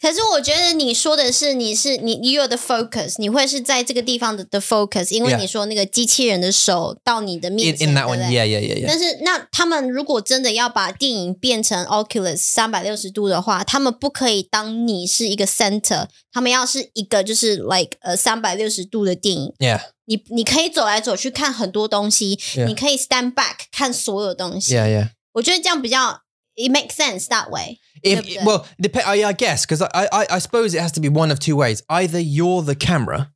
S1: 可是我觉得你说的是，你是你你有的 focus，你会是在这个地方的的 focus，因为
S2: Yeah.
S1: 你说那个机器人的手到你的
S2: in,
S1: 面前
S2: in that
S1: 对
S2: one.
S1: 不对
S2: Yeah, yeah, yeah, yeah.
S1: 但是那他们如果真的要把电影变成 Oculus 三百六十度的话，他们不可以当你是一个 center，他们要是一个就是 like 呃三百六十度的电影。
S2: Yeah.
S1: 你你可以走来走去看很多东西
S2: Yeah.
S1: 你可以 stand back 看所有东西。
S2: Yeah, yeah.
S1: 我觉得这样比较 it makes sense that way。
S2: If
S1: Yeah, but-
S2: well, depend. I, I guess because I, I, I suppose it has to be one of two ways. Either you're the camera,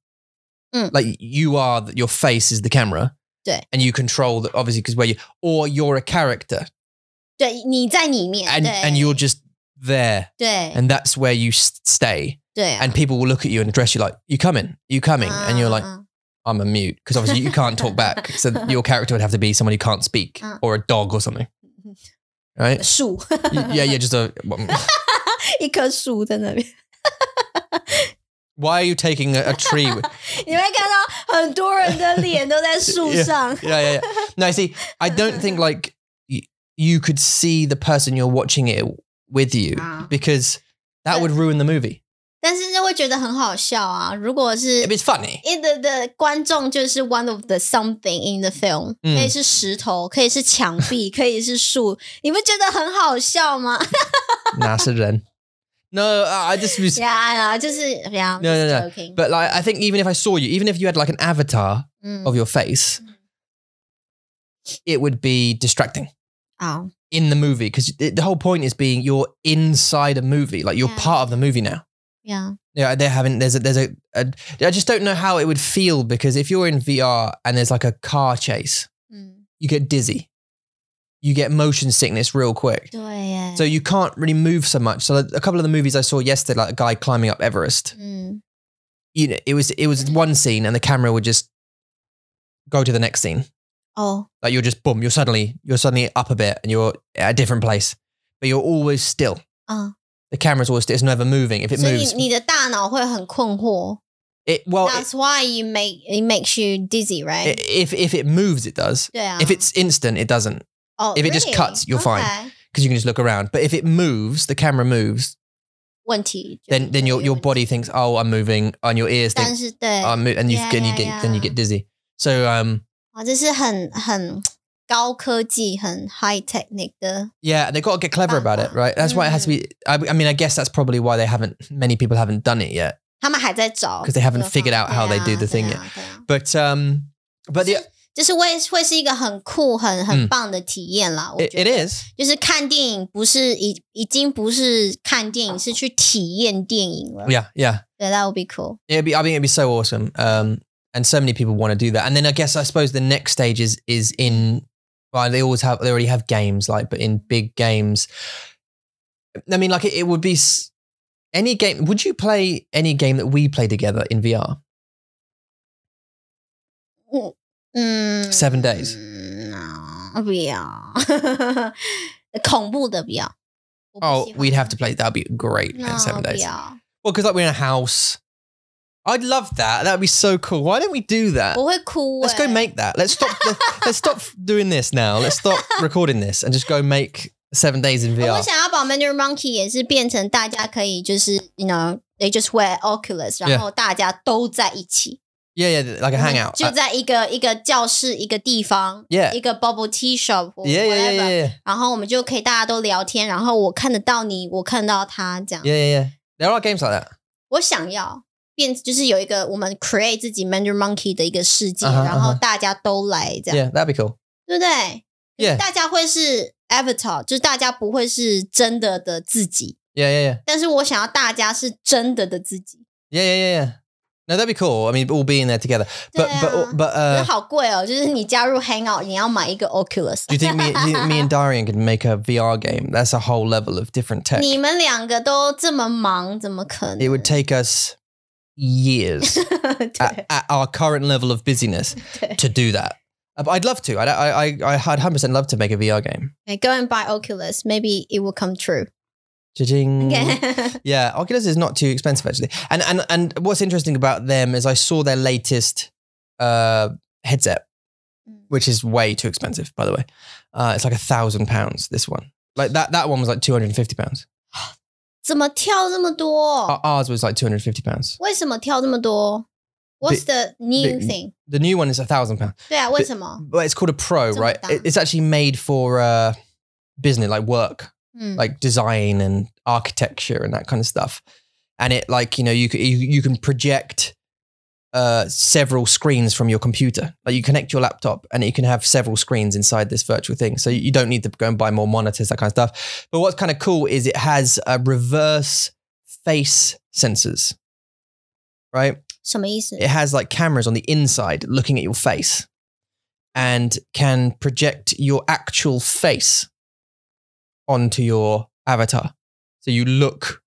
S1: Mm.
S2: like you are, the, your face is the camera,
S1: 对。
S2: and you control the, obviously because where you, or you're a character,
S1: 对，你在里面
S2: and
S1: 对
S2: and you're just there,
S1: 对
S2: and that's where you s- stay,
S1: 对啊
S2: and people will look at you and address you like you coming, you coming, and you're like
S1: 嗯
S2: I'm a mute because obviously you can't talk back, so your character would have to be someone who can't speak
S1: Mm.
S2: or a dog or something, right?
S1: 树
S2: yeah, yeah, just a. um,
S1: 一棵树在那边，
S2: Why are you taking a, a tree? With,
S1: 你会看到很多人的脸都在树
S2: Yeah.
S1: 上。
S2: yeah, yeah, yeah. No, see, I don't think like y- you could see the person you're watching it with you
S1: Ah.
S2: because that would ruin the movie.
S1: 但是就会觉得很好笑啊。如果是
S2: If it's funny,
S1: i the 的观众就是 one of the something in the film，、
S2: 嗯
S1: 可以是石头，可以是墙 壁，可以是树，你不觉得很好笑吗？
S2: NASA then. No, I I just was.
S1: 呀呀，就是呀
S2: No, no, no.
S1: joking，
S2: But like, I think even if I saw you, even if you had like an avatar
S1: 嗯，
S2: of your face, it would be distracting
S1: 好，
S2: in the movie because the whole point is being you're inside a movie, like you're
S1: Yeah.
S2: part of the movie now.
S1: 呀，
S2: Yeah, they're having there's a there's a, a I just don't know how it would feel because if you're in VR and there's like a car chase,
S1: 嗯，
S2: you get dizzy, you get motion sickness real quick,
S1: 对耶
S2: so，you can't really move so much. So a couple of the movies I saw yesterday, like a guy climbing up Everest,
S1: 嗯，
S2: you know, it was it was one scene and the camera would just go to the next scene.
S1: 哦，
S2: Like you're just boom, you're suddenly you're suddenly up a bit and you're at a different place, but you're always still.
S1: 嗯，
S2: The camera's always still. It's never moving. If it
S1: 所以
S2: moves,
S1: 你你的大脑会很困惑。
S2: it well it,
S1: That's why you make it makes you dizzy, right?
S2: i- if if it moves, it does.
S1: 对啊。
S2: If it's instant, it doesn't
S1: oh,
S2: if it just
S1: really?
S2: cuts, you're fine.
S1: Okay.
S2: because you can just look around. But if it moves, the camera moves,
S1: 问题就是
S2: then then your
S1: 这个
S2: your
S1: 问题
S2: body thinks, oh, I'm moving, and your ears think, "Oh,
S1: 但是对，
S2: I'm mo- and you
S1: Yeah,
S2: and you
S1: yeah,
S2: get then you
S1: yeah.
S2: get dizzy. So um,
S1: 啊，这是很很高科技、很 high technique 的，
S2: Yeah, they've got to get clever about it,
S1: Clever.
S2: right? That's why it has to be. I, I mean, I guess that's probably why they haven't. Many people haven't done it yet
S1: 他们还在找
S2: because they
S1: 这
S2: haven't
S1: 个
S2: figured out
S1: 方
S2: how they do the
S1: 对啊
S2: thing yet.
S1: 对啊对啊
S2: But um, but the, it,
S1: 就是会会是一个很酷、很很
S2: 嗯
S1: 棒的体验啦。我觉
S2: it
S1: 得
S2: is.
S1: 就是看电影不是已已经不是看电影，是去体验电影了。
S2: Oh, Yeah, yeah.
S1: 对，that would be cool。
S2: It'd be. I think it'd be so awesome. Um, and so many people want to do that. And then I guess I suppose the next stage is is in. Well, they always have. They already have games like, but in big games. I mean, like it, it would be s- any game. Would you play any game that we play together in VR?
S1: 嗯
S2: Seven days
S1: 嗯啊不要， 恐怖的不要。我不喜欢
S2: Oh, we'd have to play. That'd be great. in
S1: No，
S2: seven
S1: 不
S2: days.
S1: 要。
S2: Well, because like we're in a house. I'd love that. That'd be so cool. Why don't we do that?
S1: 我会哭、欸。
S2: Let's go make that. Let's stop. let's stop doing this now. Let's stop recording this and just go make seven days in
S1: 我
S2: VR.
S1: 想要把 Mandarin Monkey 也是变成大家可以就是，you know，they just wear Oculus，然后大家都在一起
S2: Yeah, yeah,
S1: 我
S2: like a
S1: 们
S2: hangout.
S1: 就
S2: Uh,
S1: 在一个一个教室、一个地方、
S2: yeah.
S1: 一个 bubble tea shop，或
S2: Yeah, yeah, yeah, yeah,
S1: whatever，
S2: yeah,
S1: 然后我们就可以大家都聊天，然后我看得到你，我看到他，这样。
S2: yeah, yeah, yeah. There are games like that.
S1: 我想要变，就是有一个我们 create 自己 Mandarin Monkey 的一个世界
S2: 啊哈
S1: 然后
S2: 啊哈
S1: 大家都来这样
S2: Yeah, that'd be cool.
S1: 对不对
S2: Yeah
S1: 大家会是 avatar，就是大家不会是真的的自己。
S2: Yeah, yeah, yeah,
S1: 但是我想要大家是真的的自己。
S2: yeah, yeah, yeah. yeah. No, that'd be cool. I mean, all being there together. But
S1: Yeah.
S2: but but
S1: 可是
S2: uh,
S1: 好贵哦，就是你加入 Hangout，你要买一个 Oculus。
S2: do you think me, do you think me and Darian could make a VR game? That's a whole level of different tech.
S1: 你们两个都这么忙，怎么可能
S2: It would take us years.
S1: 对
S2: at, at our current level of busyness
S1: 对
S2: to do that. Uh, but I'd love to. I'd, I, I, I- I'd 100% love to make a VR game.
S1: Okay, Go and buy Oculus, maybe it will come true.
S2: Cha-ching.
S1: Okay.
S2: Yeah, Oculus is not too expensive actually. And and and what's interesting about them is I saw their latest uh, headset,
S1: Mm.
S2: which is way too expensive, by the way. Uh, it's like a thousand pounds. This one, like that that one was like two hundred and fifty pounds.
S1: 怎么跳这么多？
S2: Ours was like two hundred and fifty pounds.
S1: 为什么跳这么多？What's the new
S2: big-
S1: thing？
S2: The new one is a thousand pounds.
S1: 对啊，为什么？
S2: But it's called a pro,
S1: It's
S2: right?
S1: about
S2: It-
S1: that.
S2: It's actually made for uh, business, like work.
S1: 嗯，
S2: like design and architecture and that kind of stuff. And it like you know you c- you, you can project uh, several screens from your computer. Like you connect your laptop and you can have several screens inside this virtual thing. So you you don't need to go and buy more monitors that kind of stuff. But what's kind of cool is it has uh, reverse face sensors. Right?
S1: 什么意思？
S2: It has like cameras on the inside looking at your face and can project your actual face onto your avatar. So you look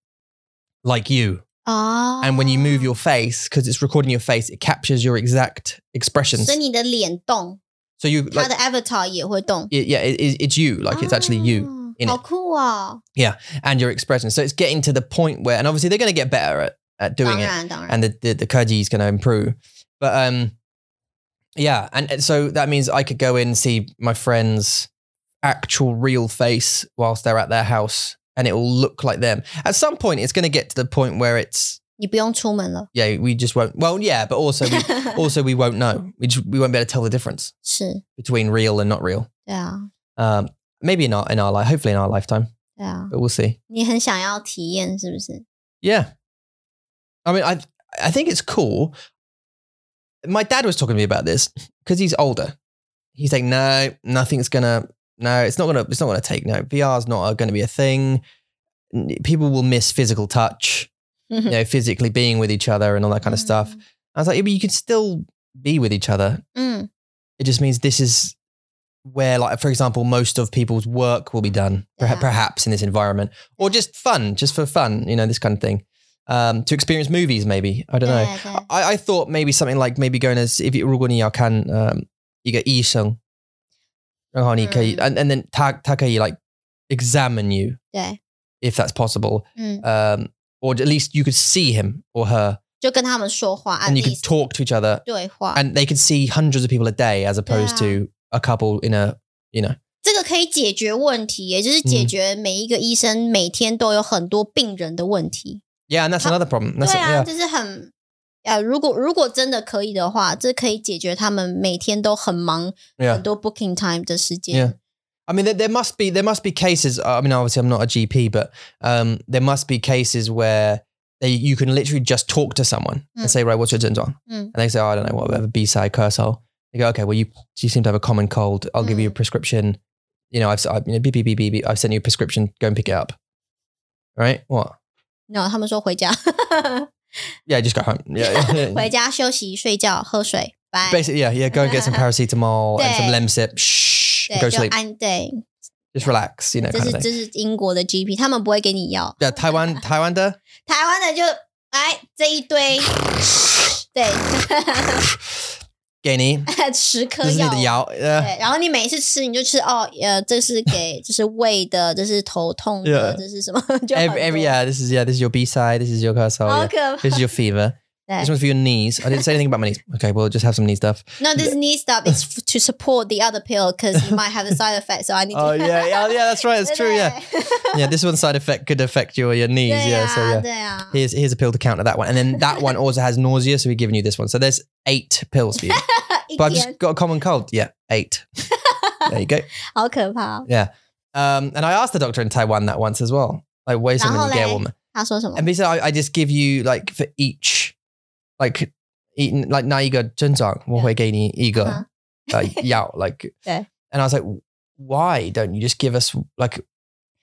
S2: like you.
S1: 哦，
S2: And when you move your face, because it's recording your face, it captures your exact
S1: 所以
S2: expressions.
S1: 你的脸动，
S2: So you
S1: 它
S2: like,
S1: 的 avatar 也会动，
S2: it, yeah, it, it- it's you. Like it's actually you
S1: 啊
S2: in it.
S1: 好酷哦！
S2: and your expression. So it's getting to the point where, and obviously they're going to get better at, at
S1: 当
S2: doing it.
S1: 然，当然。
S2: and the the, the Kurji is going to improve. But um, yeah, and and so that means I could go in and see my friend's actual real face whilst they're at their house, and it will look like them. At some point, it's going to get to the point where it's
S1: 你不用出门了。
S2: yeah, we just won't. Well, yeah, but also we, also we won't know. We just, we won't be able to tell the difference
S1: 是，
S2: between real and not real.
S1: 对啊，
S2: Um, maybe in our in our life, hopefully in our lifetime,
S1: 对啊，
S2: but we'll see.
S1: 你很想要体验是不是？
S2: Yeah. I mean, I I think it's cool. My dad was talking to me about this because he's older. He's like, no, nothing's gonna, no, it's not gonna, it's not gonna take. No, VR's not uh, gonna be a thing. N- People will miss physical touch, you
S1: Hmm.
S2: know, physically being with each other and all that kind of
S1: Mm.
S2: stuff. I was like, yeah, but you can still be with each other.
S1: 嗯。嗯，
S2: It just means this is where, like, for example, most of people's work will be done, perha-
S1: Yeah.
S2: perhaps in this environment, or just fun, just for fun, you know, this kind of thing. Um, to experience movies, maybe I
S1: 对
S2: don't know.
S1: 对，
S2: I, I thought maybe something like maybe going as if you were going to Yakan, um, 一个医生，然后你可
S1: Mm.
S2: 以、and and then 他他可以 like examine you
S1: 对，
S2: if that's possible，
S1: 嗯，
S2: um, or at least you could see him or her
S1: 就跟他们说话，at
S2: and you could
S1: least
S2: talk to each other
S1: 对话，
S2: and they could see hundreds of people a day as opposed
S1: Yeah.
S2: to a couple in a you know
S1: 这个可以解决问题，也就是解
S2: 嗯
S1: 决每一个医生每天都有很多病人的问题。
S2: yeah and that's
S1: Huh?
S2: another problem that's
S1: 对啊，
S2: yeah.
S1: 就是很。呃，如果如果真的可以的话，这可以解决他们每天都很忙、
S2: Yeah.
S1: 很多 booking time 的时间。
S2: Yeah. I mean, there, there must be there must be cases. uh, I mean, obviously, I'm not a GP, but um, there must be cases where they, you can literally just talk to someone
S1: Mm.
S2: and say, "Right, what's your symptoms on?"
S1: Mm.
S2: And they say, oh, "I don't know, whatever, B-side, Cursol." You go, "Okay, well, you you seem to have a common cold. I'll give you a
S1: Mm.
S2: prescription. You know, I've s- I've- you know, beep, beep, beep, beep, beep. I've sent you a prescription. Go and pick it up." All Right? What?
S1: 然后他们说回家，
S2: Yeah, just go home. Yeah.
S1: 回
S2: yeah.
S1: 家休息、睡觉、喝水，拜。
S2: Basically, yeah, yeah. Go and get some paracetamol and some
S1: Yeah.
S2: Lemsip. Shh. Go
S1: 对，就
S2: sleep.
S1: 安对，
S2: Just relax. You know,
S1: 这
S2: kind
S1: 是
S2: of thing.
S1: 这是英国的 GP，他们不会给你药。
S2: Yeah, Taiwan, Taiwander.
S1: 台湾的就来这一 堆，对，
S2: Guinea.
S1: 十颗
S2: 这是你
S1: 药
S2: 的
S1: 丸。
S2: 药，呃，
S1: 对，然后你每一次吃，你就吃哦，呃，这是给这是胃的，这是头痛的
S2: Yeah.
S1: 这是什么？就很
S2: every
S1: 多
S2: every yeah, this is yeah, this is your B side, this is your cursor,
S1: 好
S2: yeah.
S1: 可怕
S2: this is your fever.
S1: Yeah.
S2: This one's for your knees. I didn't say anything about my knees. Okay, well, just have some knee stuff.
S1: No, this knee stuff is f- to support the other pill because you might have the side effect. So I need. to-
S2: Oh yeah, yeah, yeah, that's right, that's true. Yeah,
S1: 对
S2: yeah, this one's side effect could affect your your knees.
S1: 对
S2: Yeah, so
S1: 呀，
S2: yeah.
S1: 对啊呀，
S2: Here's here's a pill to counter that one, and then that one also has nausea, so we're giving you this one. So there's eight pills for you.
S1: 一
S2: But I've
S1: 天
S2: just got a common cold. Yeah, eight. There you go.
S1: 好可怕哦。
S2: Um, and I asked the doctor in Taiwan that once as well. Like, wait a minute, you get a
S1: Rahole.
S2: woman.
S1: 他说什么
S2: And？basically, I, I just give you like for each, like eating like 那一个症状，我会给你一个 like 药 like.
S1: 对。
S2: And I was like, why don't you just give us like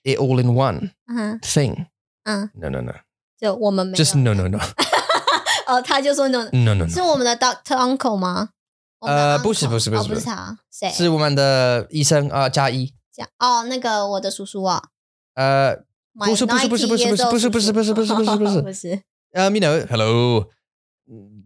S2: it all in one
S1: 嗯哼，
S2: thing?
S1: 嗯。
S2: No, no, no.
S1: 就我们没有
S2: Just no, no, no,
S1: 哦，他就说 no，
S2: no, no, no.
S1: 是我们的 Doctor Uncle 吗？我们的
S2: 嗯呃
S1: uncle
S2: 不是不是不是
S1: 哦不
S2: 不
S1: 是
S2: 是
S1: 他，谁？
S2: uh, 是我们的医生啊，加一。
S1: 这样哦，那个我的叔叔啊，
S2: 呃，
S1: My
S2: 不是不是不是
S1: 90
S2: 不是
S1: years
S2: 不是
S1: old
S2: 不是不是不是不是不是不 是
S1: 不是。
S2: um, you know, hello.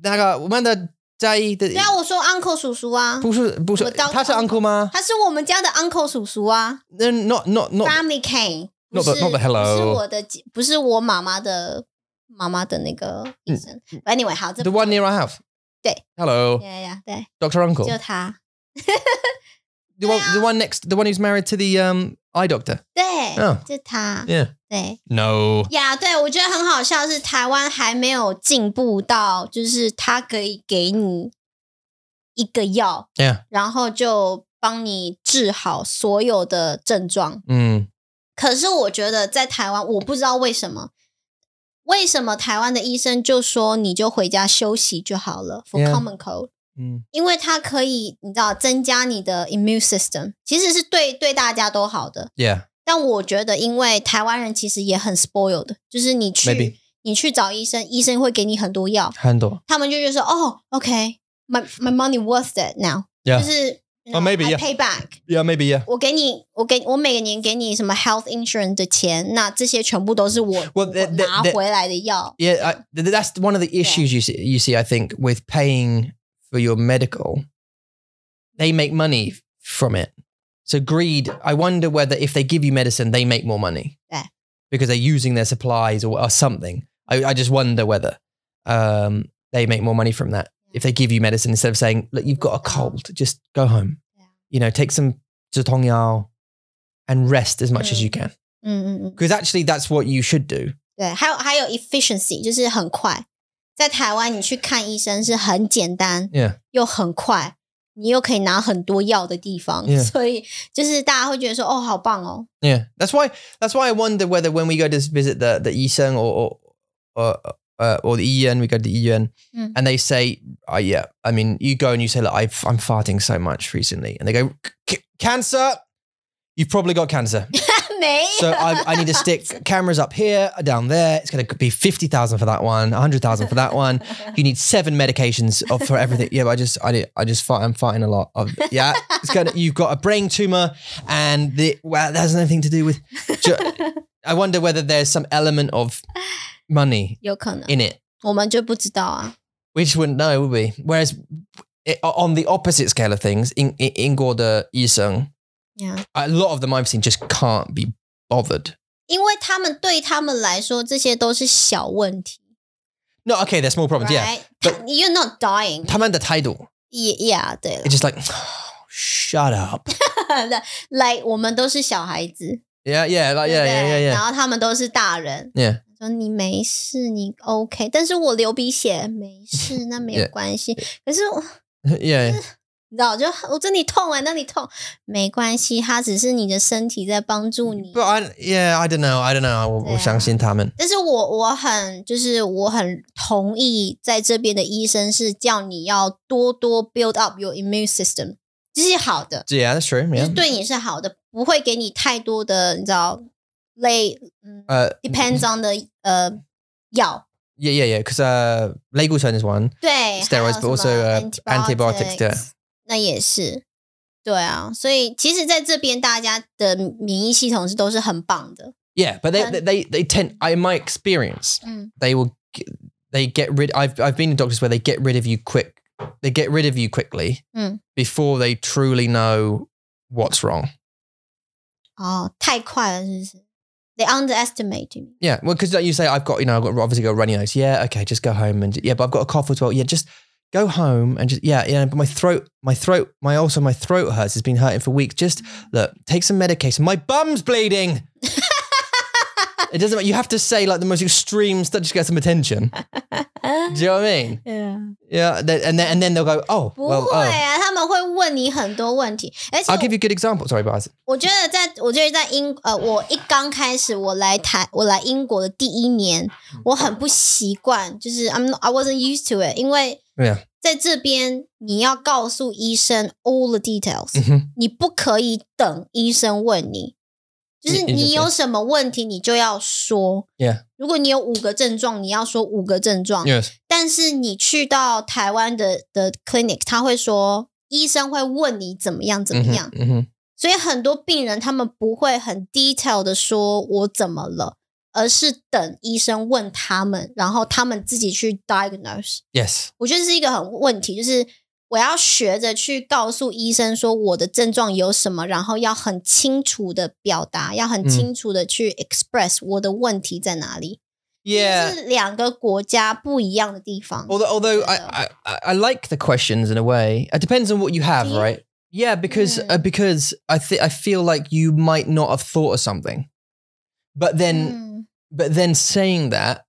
S2: 那个我们的加一的，
S1: 对啊，我说 uncle 叔叔啊，
S2: 不是不是，
S1: 我当-
S2: 他是 uncle 吗？
S1: 他是我们家的 uncle 叔叔啊
S2: No, not not not
S1: ，Family Kane。不
S2: Not the-
S1: 是
S2: not the hello
S1: 不是我的姐，不是我妈妈的妈妈的那个医生。But anyway，好，这
S2: 嗯 the one near our house.
S1: 对。
S2: Hello,
S1: 呀呀，对，
S2: Doctor Uncle.
S1: 就他，
S2: The one, the one next, the one who's married to the um eye doctor.
S1: 对
S2: 嗯，
S1: 就他，
S2: Yeah.
S1: 对。
S2: No.
S1: 呀对，我觉得很好笑的是，台湾还没有进步到，就是它可以给你一个药，
S2: Yeah.
S1: 然后就帮你治好所有的症状。
S2: Mm.
S1: 可是我觉得在台湾，我不知道为什么，为什么台湾的医生就说你就回家休息就好了，for
S2: Yeah.
S1: common cold。
S2: Mm.
S1: 因为它可以，你知道，增加你的 immune system，其实是对对大家都好的。
S2: Yeah.
S1: 但我觉得，因为台湾人其实也很 spoiled，就是你去
S2: Maybe
S1: 你去找医生，医生会给你很多药，
S2: Handle.
S1: 他们就觉得说，哦，OK，my、my money worth it now，、
S2: Yeah.
S1: 就是 you
S2: Oh,
S1: know,
S2: maybe,
S1: I
S2: yeah.
S1: pay back，、
S2: Yeah. Maybe. Yeah.
S1: 我给你，我给我每年给你什么 health insurance 的钱，那这些全部都是我
S2: Well,
S1: 我
S2: that- that-
S1: 拿
S2: that-
S1: 回来的药，
S2: Yeah. I, th- that's one of the issues you see. You see, I think, with paying for your medical, they make money from it. So greed. I wonder whether if they give you medicine, they make more money.
S1: Yeah.
S2: Because they're using their supplies or, or something. I, I just wonder whether um, they make more money from that. If they give you medicine instead of saying, "Look, you've got a cold, just go home."
S1: Yeah.
S2: You know, take some zhutongyao and rest as much as
S1: Mm.
S2: you can.
S1: 嗯嗯嗯，
S2: Because actually, that's what you should do.
S1: 对，还有还有 efficiency，就是很快，在台湾你去看医生是很简单
S2: Yeah.
S1: 又很快。你又可以拿很多药的地方
S2: Yeah.
S1: 所以就是大家会觉得说，哦，好棒哦，
S2: Yeah, that's why. That's why I wonder whether when we go to visit the the Yisung or or or, uh, or the Yuan, we go to the Yuan,
S1: Mm.
S2: and they say, "Oh yeah." I mean, you go and you say, "Look, I've, I'm farting so much recently," and they go, "C- "Cancer." You've probably got cancer,
S1: 没有
S2: so I, I need to stick cameras up here, down there. It's going to be fifty thousand for that one, hundred thousand for that one. You need seven medications of, for everything. Yeah, but I just, I, did, I just fight. I'm fighting a lot of. Yeah, it's gonna. You've got a brain tumor, and the well, that has nothing to do with. Ju- I wonder whether there's some element of money
S1: 有可能
S2: in it.
S1: 我们就不知道啊。啊
S2: We just wouldn't know, would we? Whereas it, on the opposite scale of things, in, in, Ingor the Yisung,
S1: Yeah.
S2: a lot of them I've seen just can't be bothered.
S1: 因为他们对他们来说，这些都是小问题
S2: No, okay, they're small problems. Yeah.
S1: ，right？他 You're not dying.
S2: 他们的态度
S1: Yeah, yeah 对了
S2: it's just like, shut up.
S1: ，like 我们都是小孩子
S2: Yeah, yeah,
S1: 对
S2: like,
S1: 不
S2: yeah,
S1: 对
S2: yeah, yeah,
S1: 然
S2: yeah.
S1: 后他们都是大人，
S2: Yeah.
S1: 说你没事，你 OK，但是我流鼻血没事，那没有
S2: Yeah.
S1: 关系。可是我
S2: Yeah.
S1: 你知道，就我这里痛啊，那里痛，没关系，它只是你的身体在帮助你
S2: But。I, yeah, I don't know. I don't know. 我、
S1: 对啊
S2: 我相信他们。
S1: 但是我我很就是我很同意，在这边的医生是叫你要多多 build up your immune system，这是好的，
S2: Yeah, that's true.
S1: 就是
S2: Yeah.
S1: 对你是好的，不会给你太多的你知道类，嗯
S2: 呃
S1: ，depends on 的呃药，
S2: Uh, Yeah, yeah, yeah. Because uh, leg turn is one.
S1: 对
S2: Steroids,
S1: 还
S2: but
S1: 有
S2: also
S1: 什么
S2: uh, antibiotics.
S1: antibiotics
S2: Yeah.
S1: 那也是，对啊，所以其实在这边大家的免疫系统是都是很棒的，
S2: Yeah, but they,
S1: Okay.
S2: they, they, they tend. I, in my experience,
S1: 嗯
S2: they will, g- they get rid. I've, I've been to doctors where they get rid of you quick. They get rid of you quickly
S1: Mm.
S2: before they truly know what's wrong.
S1: 哦，太快了，是不是？They underestimate me，
S2: Yeah, well, because like you say, I've got you know, I've got obviously got runny nose. Yeah, okay, just go home and yeah, but I've got a cough as well. Yeah, just go home and just yeah, yeah. But my throat, my throat, my also my throat hurts. It's been hurting for weeks. Just look, take some medication. My bum's bleeding. It doesn't. matter. You have to say like the most extreme stuff just to get some attention. Do you know what I mean? Yeah, they, and then and then they'll go, oh,
S1: 不
S2: well,
S1: 会
S2: oh.
S1: 啊，他们会问你很多问题，而且
S2: I'll give you a good example. Sorry, guys.
S1: 我觉得在，我觉得在英呃，我一刚开始我来台，我来英国的第一年，
S2: 嗯
S1: 我很不习惯，就是 I'm not, I wasn't used to it，因为
S2: Yeah.
S1: 在这边你要告诉医生 all the details，、
S2: Mhm.
S1: 你不可以等医生问你，就是
S2: 你你就
S1: 你有什么问题你就要说。
S2: Yeah.
S1: 如果你有五个症状，你要说五个症状。
S2: Yes.
S1: 但是你去到台湾的的 clinic，他会说医生会问你怎么样怎么
S2: Mhm,
S1: 样。
S2: mhm.
S1: 所以很多病人他们不会很 detail 的说我怎么了，而是等医生问他们，然后他们自己去 diagnose。
S2: Yes.
S1: 我觉得这是一个很问题，就是我要学着去告诉医生说我的症状有什么，然后要很清楚的表达，要很
S2: 嗯
S1: 清楚的去 express 我的问题在哪里。
S2: Yeah.
S1: 这是两个国家不一样的地方。
S2: Although, although I,
S1: Yeah.
S2: I, I- I like the questions in a way. It depends on what you have,
S1: Do you?
S2: right? Yeah, because uh,
S1: Mm.
S2: because I think I feel like you might not have thought of something, but then
S1: 嗯，
S2: but then saying that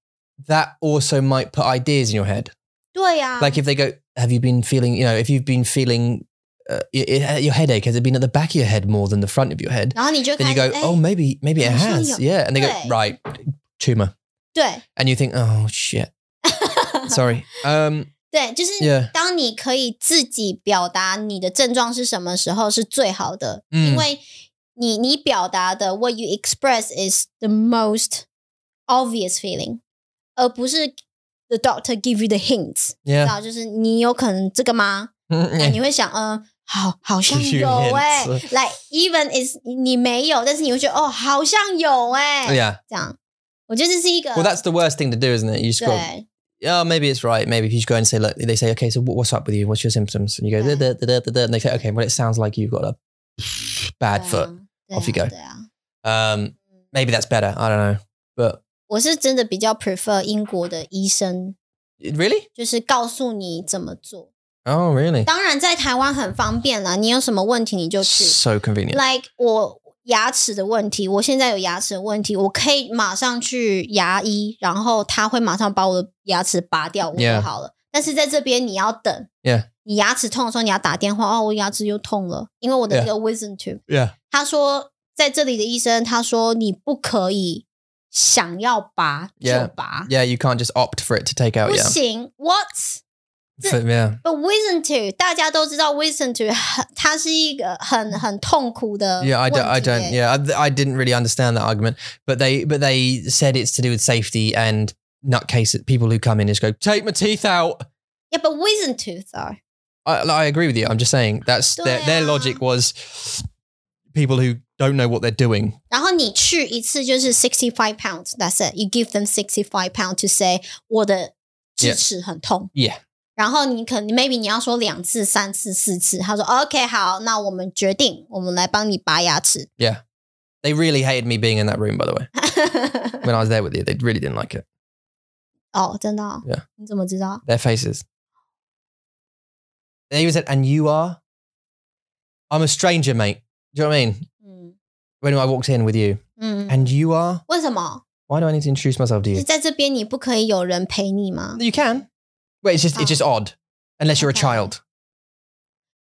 S2: that also might put ideas in your head.
S1: 对呀、
S2: Like if they go, have you been feeling? You know, if you've been feeling uh, y- y- your headache, has it been at the back of your head more than the front of your head?
S1: 然后你就开
S2: then you
S1: 始
S2: go,
S1: 哎
S2: oh, maybe maybe it
S1: I'm sure
S2: has,
S1: you're-
S2: yeah. And they go,
S1: Right.
S2: right, tumor,
S1: 对
S2: and you think, oh shit,
S1: Uh-huh.
S2: sorry, um,
S1: 对，就是
S2: yeah,
S1: 当你可以自己表达你的症状是什么时候是最好的，
S2: 嗯
S1: 因为你你表达的 what you express is the most obvious feeling，而不是 the doctor give you the hints，
S2: yeah.
S1: 然 后就是你有可能这个吗？那
S2: Mm,
S1: 你会想，嗯、好，好像
S2: Give
S1: 有
S2: you hints
S1: 哎、来，even is 你没有，但是你会觉得哦，好像有哎、
S2: yeah. yeah.
S1: 这样，我觉得这是一个
S2: Well, that's the worst thing to do, isn't it? You just go,
S1: 对
S2: yeah, maybe it's right. Maybe if you just go and say, look, they say, okay, so what- what's up with you? What's your symptoms? And you go,
S1: Yeah.
S2: da, da, da, da, da, da. and they say, okay, well, it sounds like you've got a bad
S1: 对
S2: foot.
S1: 啊对
S2: Off you
S1: 啊
S2: go
S1: 对啊
S2: Um, maybe that's better. I don't know, but
S1: 我是真的比较 prefer 英国的医生，
S2: really,
S1: 就是告诉你怎么做。
S2: oh, really,
S1: 当然，在台湾很方便啦，你有什么问题你就去。
S2: so convenient.
S1: Like 我牙齿的问题，我现在有牙齿的问题，我可以马上去牙医，然后他会马上把我的牙齿拔掉，我就
S2: Yeah
S1: 好了。但是在这边你要等
S2: Yeah
S1: 你牙齿痛的时候你要打电话，哦，我牙齿又痛了，因为我的那个 wisdom tooth。
S2: yeah,
S1: 他说在这里的医生他说你不可以想要拔就
S2: Yeah
S1: 拔
S2: yeah, you can't just opt for it to take out.
S1: 不
S2: Yeah,
S1: 行，what？
S2: So, yeah,
S1: But wisdom tooth，大家都知道 wisdom tooth 很，它是一个很很痛苦的
S2: yeah. I,
S1: d
S2: do, I don't. Yeah, I, I didn't really understand that argument, but they but they said it's to do with safety and nutcases. People who come in just go, take my teeth out.
S1: yeah. But wisdom tooth are
S2: I, like, I agree with you. I'm just saying that's their, their
S1: Yeah.
S2: logic was people who don't know what they're doing.
S1: 然后你去一次就是 sixty five pounds，that's it。You give them sixty five pounds to say 我的智
S2: Yeah.
S1: 齿很痛
S2: Yeah.
S1: 然后你可能 maybe 你要说两次、三次、四次，他说 OK 好，那我们决定，我们来帮你拔牙 齿。
S2: Yeah. They really hated me being in that room, by the way. When I was there with you, they really didn't like it.
S1: 哦，真的、哦
S2: Yeah.
S1: 你怎么知道？
S2: Their faces. They even said, and you are? I'm a stranger, mate. Do you know what I mean?
S1: 嗯
S2: When I walked in with you,
S1: 嗯，
S2: and you are?
S1: 为什么？
S2: Why do I need to introduce myself to
S1: 就
S2: you?
S1: 在这边你不可以有人陪你吗？
S2: You can. Wait, it's just it's just odd. Unless you're a
S1: Okay.
S2: child.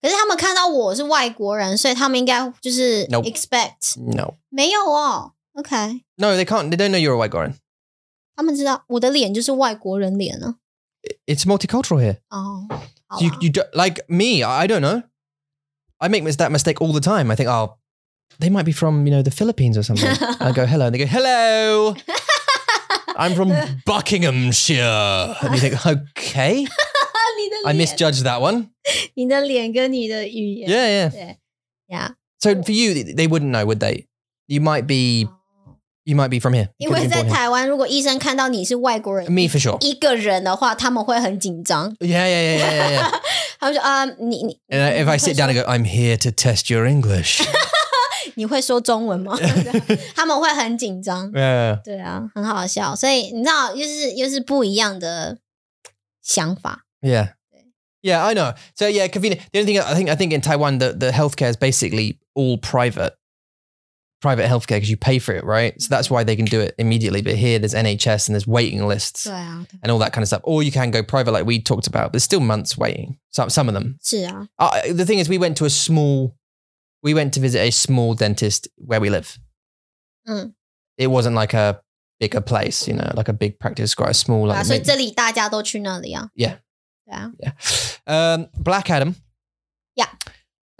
S1: 可是他们看到我是外国人，所以他们应该就是
S2: Nope.
S1: expect
S2: No.
S1: 没有哦。OK，
S2: No, they can't. They don't know you're a white Goran.
S1: 他们知道我的脸就是外国人脸啊。
S2: It's multicultural here.
S1: 哦，好
S2: You,
S1: 吧
S2: you do, like me, I I don't know. I make mis- that mistake all the time. I think, oh, they might be from, you know, the Philippines or something. I go, hello. And they go, hello. I'm from Buckinghamshire. And you think, okay,
S1: 你的
S2: I
S1: 脸
S2: misjudged that one.
S1: 你的脸跟你的语
S2: Yeah,
S1: 言
S2: yeah.
S1: 对呀
S2: So for you, th- they wouldn't know, would they? You might be, you might be from here.
S1: 因
S2: You
S1: 为
S2: could've been
S1: 在
S2: born here.
S1: 台湾，如果医生看到你是外国人，
S2: Me for sure.
S1: 一个人的话，他们会很紧张。
S2: Yeah, yeah, yeah, yeah, yeah. yeah.
S1: 他们说啊、你你
S2: And I- if I sit down and go, I'm here to test your English.
S1: 你会说中文吗？ 他们会很紧张。
S2: yeah.
S1: 对啊，很好笑。所以你知道，又是又是不一样的想法。
S2: Yeah. Yeah, I know. So yeah, convenient. The only thing I think I think in Taiwan the, the healthcare is basically all private. Private healthcare because you pay for it, right? So that's why they can do it immediately. But here there's NHS and there's waiting lists
S1: 对啊，
S2: and all that kind of stuff. Or you can go private like we talked about. There's still months waiting. Some some of them.
S1: 是啊，
S2: Uh, the thing is we went to a small we went to visit a small dentist where we live.
S1: Mm.
S2: It wasn't like a bigger place, you know, like a big practice, quite a small
S1: 对
S2: like
S1: 啊，所以
S2: mid-
S1: 这里大家都去那里啊。
S2: Yeah.
S1: 对啊，
S2: Yeah. Um, Black Adam.
S1: Yeah.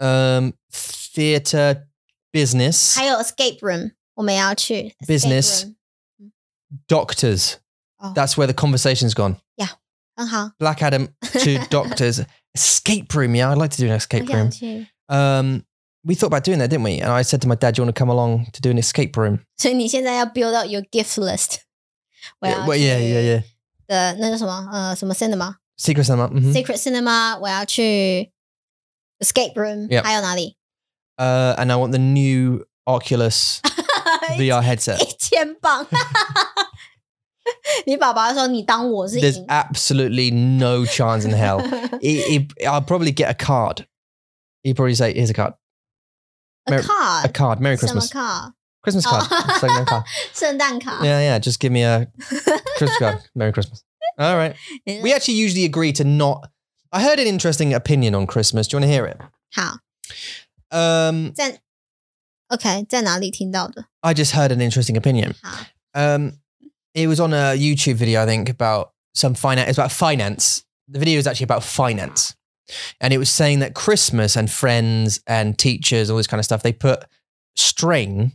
S2: Um, theater business,
S1: 还有 escape room，我们也要去 escape
S2: Business
S1: room
S2: doctors.
S1: Oh.
S2: That's where the conversation's gone.
S1: 很好，
S2: Black Adam to doctors. Escape room. Yeah, I'd like to do an
S1: 我
S2: escape
S1: 想
S2: room.
S1: 去。
S2: Um, we thought about doing that, didn't we? And I said to my dad, "Do you want to come along to do an escape room?"
S1: 所以你现在要 build up your gift list。我要
S2: yeah, well, yeah,
S1: 去
S2: yeah, yeah.
S1: 呃，那叫什么？呃，什么 cinema、
S2: Secret cinema. mhm.
S1: secret cinema，我要去 escape room，、
S2: Yep
S1: 还有哪里？
S2: Uh, and I want the new Oculus VR headset.
S1: 一千磅。 你爸爸说你当我是
S2: There's
S1: 赢，
S2: absolutely no chance in hell. he, he, I'll probably get a card. He'd probably say, "Here's a card,
S1: a
S2: a
S1: card，
S2: card, Merry
S1: 什么
S2: Christmas,
S1: 卡？
S2: Christmas card."
S1: Oh.
S2: It's like, no card.
S1: 圣诞卡。
S2: Yeah, yeah, just give me a Christmas card, Merry Christmas. All right.
S1: 你
S2: We actually usually agree to not. I heard an interesting opinion on Christmas. Do you want to hear it?
S1: 好，
S2: Um,
S1: 在 OK，在哪里听到的？
S2: I just heard an interesting opinion.
S1: 好，
S2: Um, it was on a YouTube video, I think, about some finance. It's about finance. The video is actually about finance, and it was saying that Christmas and friends and teachers, all this kind of stuff, they put strain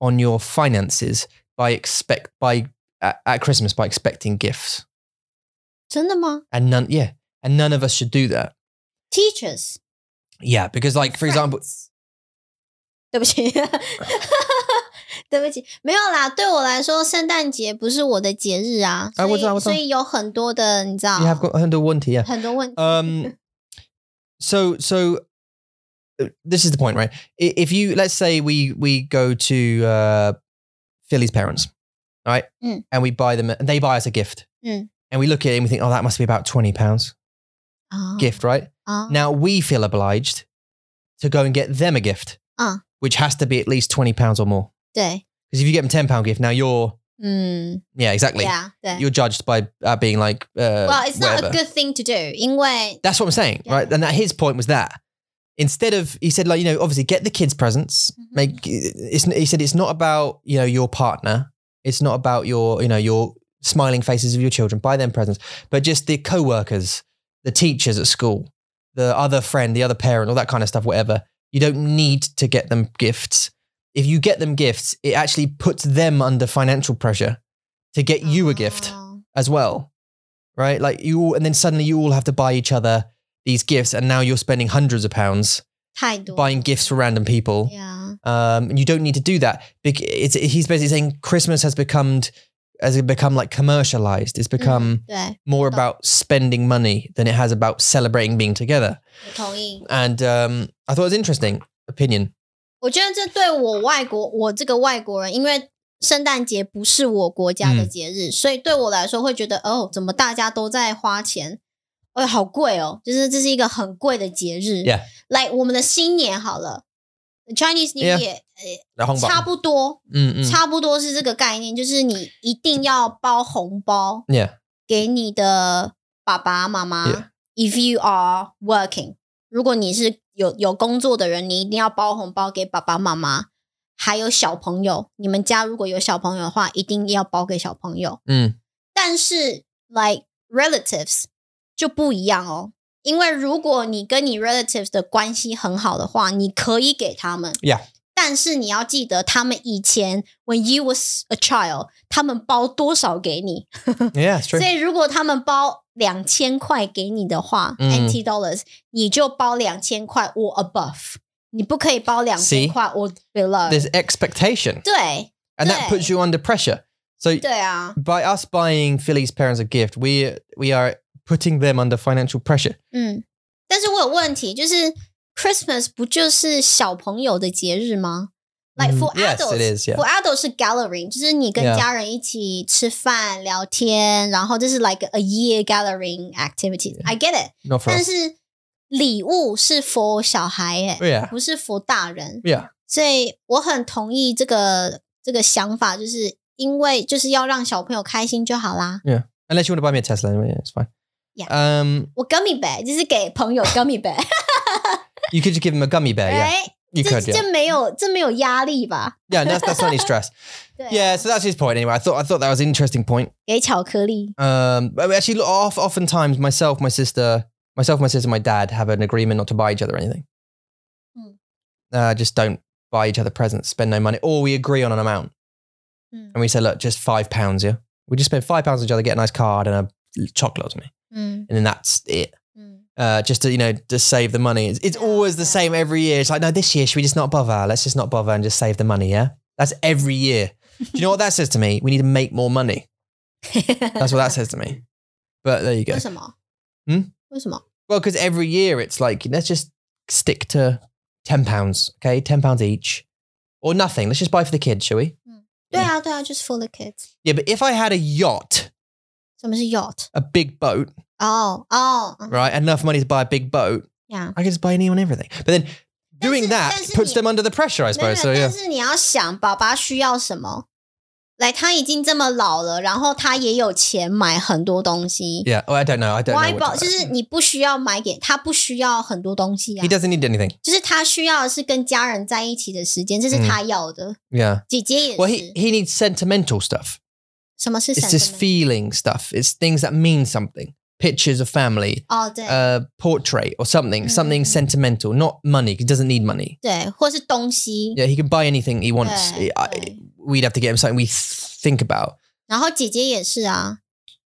S2: on your finances by expect by at, at Christmas by expecting gifts,
S1: 真的吗
S2: and none, yeah, and none of us should do that.
S1: ？Teachers，
S2: Yeah, because like for example,
S1: friends 对不起， 对不起，没有啦。对我来说，圣诞节不是我的节日啊，
S2: 啊
S1: 所
S2: 我
S1: 以
S2: 知道我知
S1: 所
S2: 道
S1: 以有很多的，你知道
S2: you have got under one to yeah.
S1: 很多问题。
S2: Um, so so uh, this is the point, right? I- If you let's say we we go to uh, Philly's parents, right,
S1: Mm.
S2: and we buy them, and they buy us a gift,
S1: Mm.
S2: and we look at it and we think, oh, that must be about twenty pounds
S1: 啊
S2: gift, right?
S1: 啊
S2: Now we feel obliged to go and get them a gift,
S1: Ah.
S2: which has to be at least twenty pounds or more.
S1: 对，
S2: Because if you get them ten pound gift, now you're
S1: 嗯，
S2: yeah exactly
S1: 对啊，对。
S2: you're judged by uh, being like uh,
S1: Well, it's not
S2: whatever.
S1: a good thing to do，因为
S2: That's what I'm saying,
S1: Yeah.
S2: right? And that his point was that instead of he said like you know obviously get the kids presents,
S1: Mhm.
S2: make it's he said it's not about you know your partner, it's not about your you know your smiling faces of your children, buy them presents, but just the co-workers, the teachers at school, the other friend, the other parent, all that kind of stuff, whatever. You don't need to get them gifts. If you get them gifts, it actually puts them under financial pressure to get you a gift
S1: 哦
S2: as well, right? Like you, all, and then suddenly you all have to buy each other these gifts, and now you're spending hundreds of pounds
S1: 太多
S2: buying gifts for random people.
S1: Yeah.
S2: Um, and you don't need to do that. Bec- It's, he's basically saying Christmas has become has become like commercialized. It's become
S1: 嗯对，
S2: more about spending money than it has about celebrating being together.
S1: 我同意。
S2: And um, I thought it was interesting opinion.
S1: 我觉得这对我外国我这个外国人，因为圣诞节不是我国家
S2: 嗯
S1: 的节日，所以对我来说会觉得哦，怎么大家都在花钱？哎，好贵哦！就是这是一个很贵的节日。
S2: Yeah.
S1: 来我们的新年好了，Chinese New
S2: Yeah.
S1: Year，呃
S2: The Hongbok.
S1: 差不多，
S2: Mm, mm.
S1: 差不多是这个概念，就是你一定要包红包
S2: Yeah.
S1: 给你的爸爸妈妈。
S2: Yeah.
S1: If you are working，如果你是有有工作的人，你一定要包红包给爸爸妈妈，还有小朋友。你们家如果有小朋友的话，一定要包给小朋友。
S2: Mm.
S1: 但是 like relatives 就不一样哦，因为如果你跟你 relatives 的关系很好的话，你可以给他们。
S2: Yeah.
S1: 但是你要记得，他们以前 when you was a child，他们包多少给你？
S2: Yeah, it's true.
S1: 所以如果他们包两千块给你的话、
S2: 嗯
S1: n t dollars，你就包两千块 or above，你不可以包两千
S2: See？
S1: 块 or below。
S2: There's expectation,
S1: 对
S2: and
S1: Yeah.
S2: that puts you under pressure. So
S1: 对啊，
S2: by us buying Philly's parents a gift, we we are putting them under financial pressure.
S1: 嗯。但是我有问题，就是 Christmas 不就是小朋友的节日吗？Like for
S2: Mm, yes,
S1: adults，
S2: it is, yeah.
S1: For adults 是 gathering，就是你跟
S2: Yeah.
S1: 家人一起吃饭聊天，然后这是 like a year gathering activity。I get it，
S2: Not for
S1: 但
S2: us.
S1: 是礼物是 for 小孩耶、
S2: Yeah.
S1: 不是 for 大人，
S2: Yeah.
S1: 所以我很同意这个这个想法，就是因为就是要让小朋友开心就好啦。
S2: Unless you want to buy me a Tesla, anyway, yeah, it's fine.
S1: Yeah.
S2: Um,
S1: 我 gummy bear 就是给朋友 gummy bear，
S2: you could just give them a gummy bear. Yeah.
S1: 哎，
S2: You
S1: 这
S2: could. Yeah.
S1: 这没有这没有压力吧？
S2: Yeah. That's that's not any stress.
S1: 对啊，
S2: Yeah. So that's his point. Anyway, I thought I thought that was an interesting point.
S1: 给巧克力，
S2: Um, I mean, actually, look, off, oftentimes myself, my sister, myself, my sister, my dad have an agreement not to buy each other anything.
S1: Hmm.
S2: Uh, just don't buy each other presents, spend no money, or we agree on an amount
S1: 嗯 Hmm.
S2: and we say, look, just five pounds, yeah. We just spend five pounds on each other, get a nice card and a chocolate or something,
S1: 嗯
S2: and then that's it.
S1: 嗯，
S2: Uh, just to you know, to save the money. It's, it's
S1: Yeah,
S2: always the
S1: yeah.
S2: same every year. It's like, no, this year should we just not bother? Let's just not bother and just save the money. Yeah, that's every year. Do you know what that says to me? We need to make more money. That's what that says to me. But there you go.
S1: 为什么？
S2: 嗯，
S1: 为什么？
S2: Well, because every year it's like let's just stick to ten pounds, okay, ten pounds each, or nothing. Let's just buy for the kids, shall we?
S1: 对啊，对啊，就是 for the kids。
S2: Yeah, but if I had a yacht,
S1: 什么是 yacht？
S2: a big boat,
S1: 哦哦，嗯
S2: right, enough money to buy a big boat,
S1: 呀，
S2: I could just buy anyone everything. But then doing
S1: That's-
S2: that
S1: that's
S2: puts
S1: it.
S2: them under the pressure, I
S1: 没有，
S2: suppose. So
S1: 但
S2: yeah,
S1: 是你要想，爸爸需要什么？来，他已经这么老了，然后他也有钱买很多东西。
S2: yeah. Oh, I don't know. I don't
S1: Why
S2: know. what
S1: buy-
S2: to
S1: 就
S2: buy.
S1: 是你不需要买给他，不需要很多东西啊
S2: He，doesn't need anything.
S1: 就是他需要的是跟家人在一起的时间，这是他要的。
S2: Yeah.
S1: 姐姐也
S2: 嗯 Well, he
S1: 是。
S2: he needs sentimental stuff.
S1: 什么是
S2: It's just
S1: sentiment？
S2: feeling stuff. It's things that mean something. Pictures of family,
S1: 哦，对
S2: a portrait or something,
S1: Mm,
S2: something
S1: mm, mm.
S2: sentimental, not money. 'cause He doesn't need money.
S1: 对，或是东西。
S2: Yeah, he can buy anything he wants.
S1: Yeah,
S2: I-
S1: yeah.
S2: We'd have to get him something we th- think about.
S1: 然后姐姐也是啊，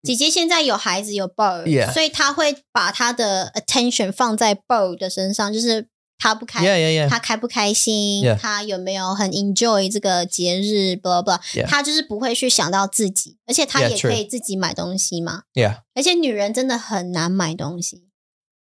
S1: 姐姐现在有孩子有 bird，、
S2: 嗯 Yeah
S1: 所以她会把她的 attention 放在 bird 的身上，就是她不开
S2: Yeah, yeah, yeah.
S1: 他开不开心
S2: Yeah.
S1: 他有没有很 enjoy 这个节日，blah blah，
S2: Yeah.
S1: 他就是不会去想到自己，而且他
S2: Yeah,
S1: 也可以自己买东西嘛。
S2: Yeah.
S1: 而且女人真的很难买东西，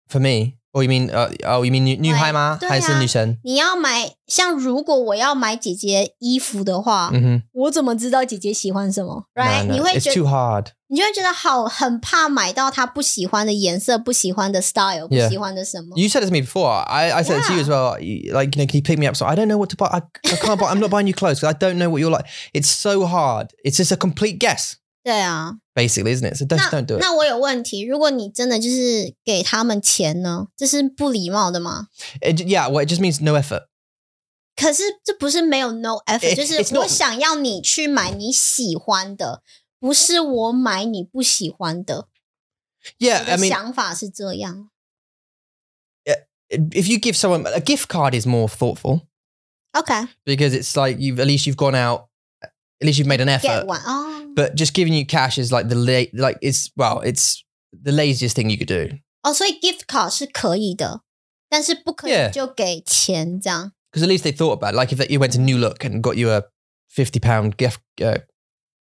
S2: For me. Oh, you mean? Uh, oh, you mean new, new
S1: Like,
S2: Haima?
S1: yeah.
S2: Hai Sin New Sen?
S1: 你要买像如果我要买姐姐衣服的话
S2: Mm-hmm.
S1: 我怎么知道姐姐喜欢什么
S2: No,
S1: Oh, ？Right？、
S2: no,
S1: 你会
S2: It's
S1: 觉
S2: too hard.
S1: 你就会觉得好很怕买到她不喜欢的颜色、不喜欢的 style、不
S2: Yeah.
S1: 喜欢的什么。
S2: You said it to me before. I, I said it to you
S1: Yeah.
S2: as well. you- Like, you know, can you pick me up? So I don't know what to buy. I, I can't buy. I'm not buying you clothes because I don't know what you're like. It's so hard. It's just a complete guess,
S1: 对啊，
S2: basically, isn't it? So just don't do it.
S1: 那我有问题，如果你真的就是给他们钱呢，这是不礼貌的吗？
S2: It- yeah. Well, it just means no effort.
S1: 可是这不是没有 no effort，
S2: It-
S1: 就是
S2: it's
S1: 我
S2: not-
S1: 想要你去买你喜欢的，不是我买你不喜欢的。
S2: Yeah.
S1: 我
S2: I
S1: 的
S2: mean,
S1: 想法是这样
S2: if you give someone a gift card, is more thoughtful.
S1: ，OK，get、
S2: because it's like you've at least you've gone out, at least you've made an effort.
S1: one 哦
S2: But just giving you cash is like the la- like it's well, it's the laziest thing you could do
S1: 哦，所以 gift card 是可以的，但是不可以
S2: Yeah
S1: 就给钱这样。
S2: because at least they thought about it. like if you went to New Look and got you a fifty pound gift uh,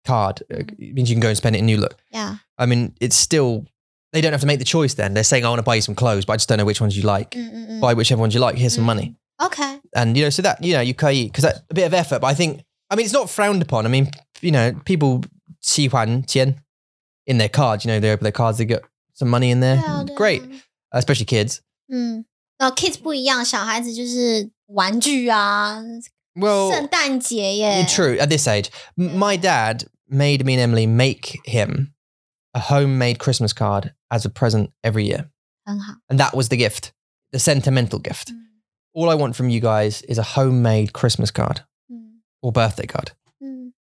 S2: card. Uh,
S1: Mm-hmm.
S2: It means you can go and spend it in New Look.
S1: Yeah.
S2: I mean, it's still they don't have to make the choice. Then they're saying, "I want to buy you some clothes, but I just don't know which ones you like.
S1: Mm, mm, mm.
S2: Buy whichever ones you like. Here's some
S1: Mm.
S2: money."
S1: Okay.
S2: and you know, so that you know, you because that a bit of effort. But I think, I mean, it's not frowned upon. I mean, you know, people see Huan Tian in their cards. You know, they open their cards, they get some money in there.
S1: 对啊对啊
S2: 嗯 Great, especially kids.
S1: 嗯，然后 kids 不一样，小孩子就是玩具啊，圣
S2: Well,
S1: 诞节耶
S2: you're true at this age. M- My dad made me and Emily make him a homemade Christmas card as a present every year,
S1: 很好。
S2: and that was the gift, the sentimental gift.
S1: 嗯
S2: All I want from you guys is a homemade Christmas card
S1: 嗯
S2: or birthday card.
S1: 嗯，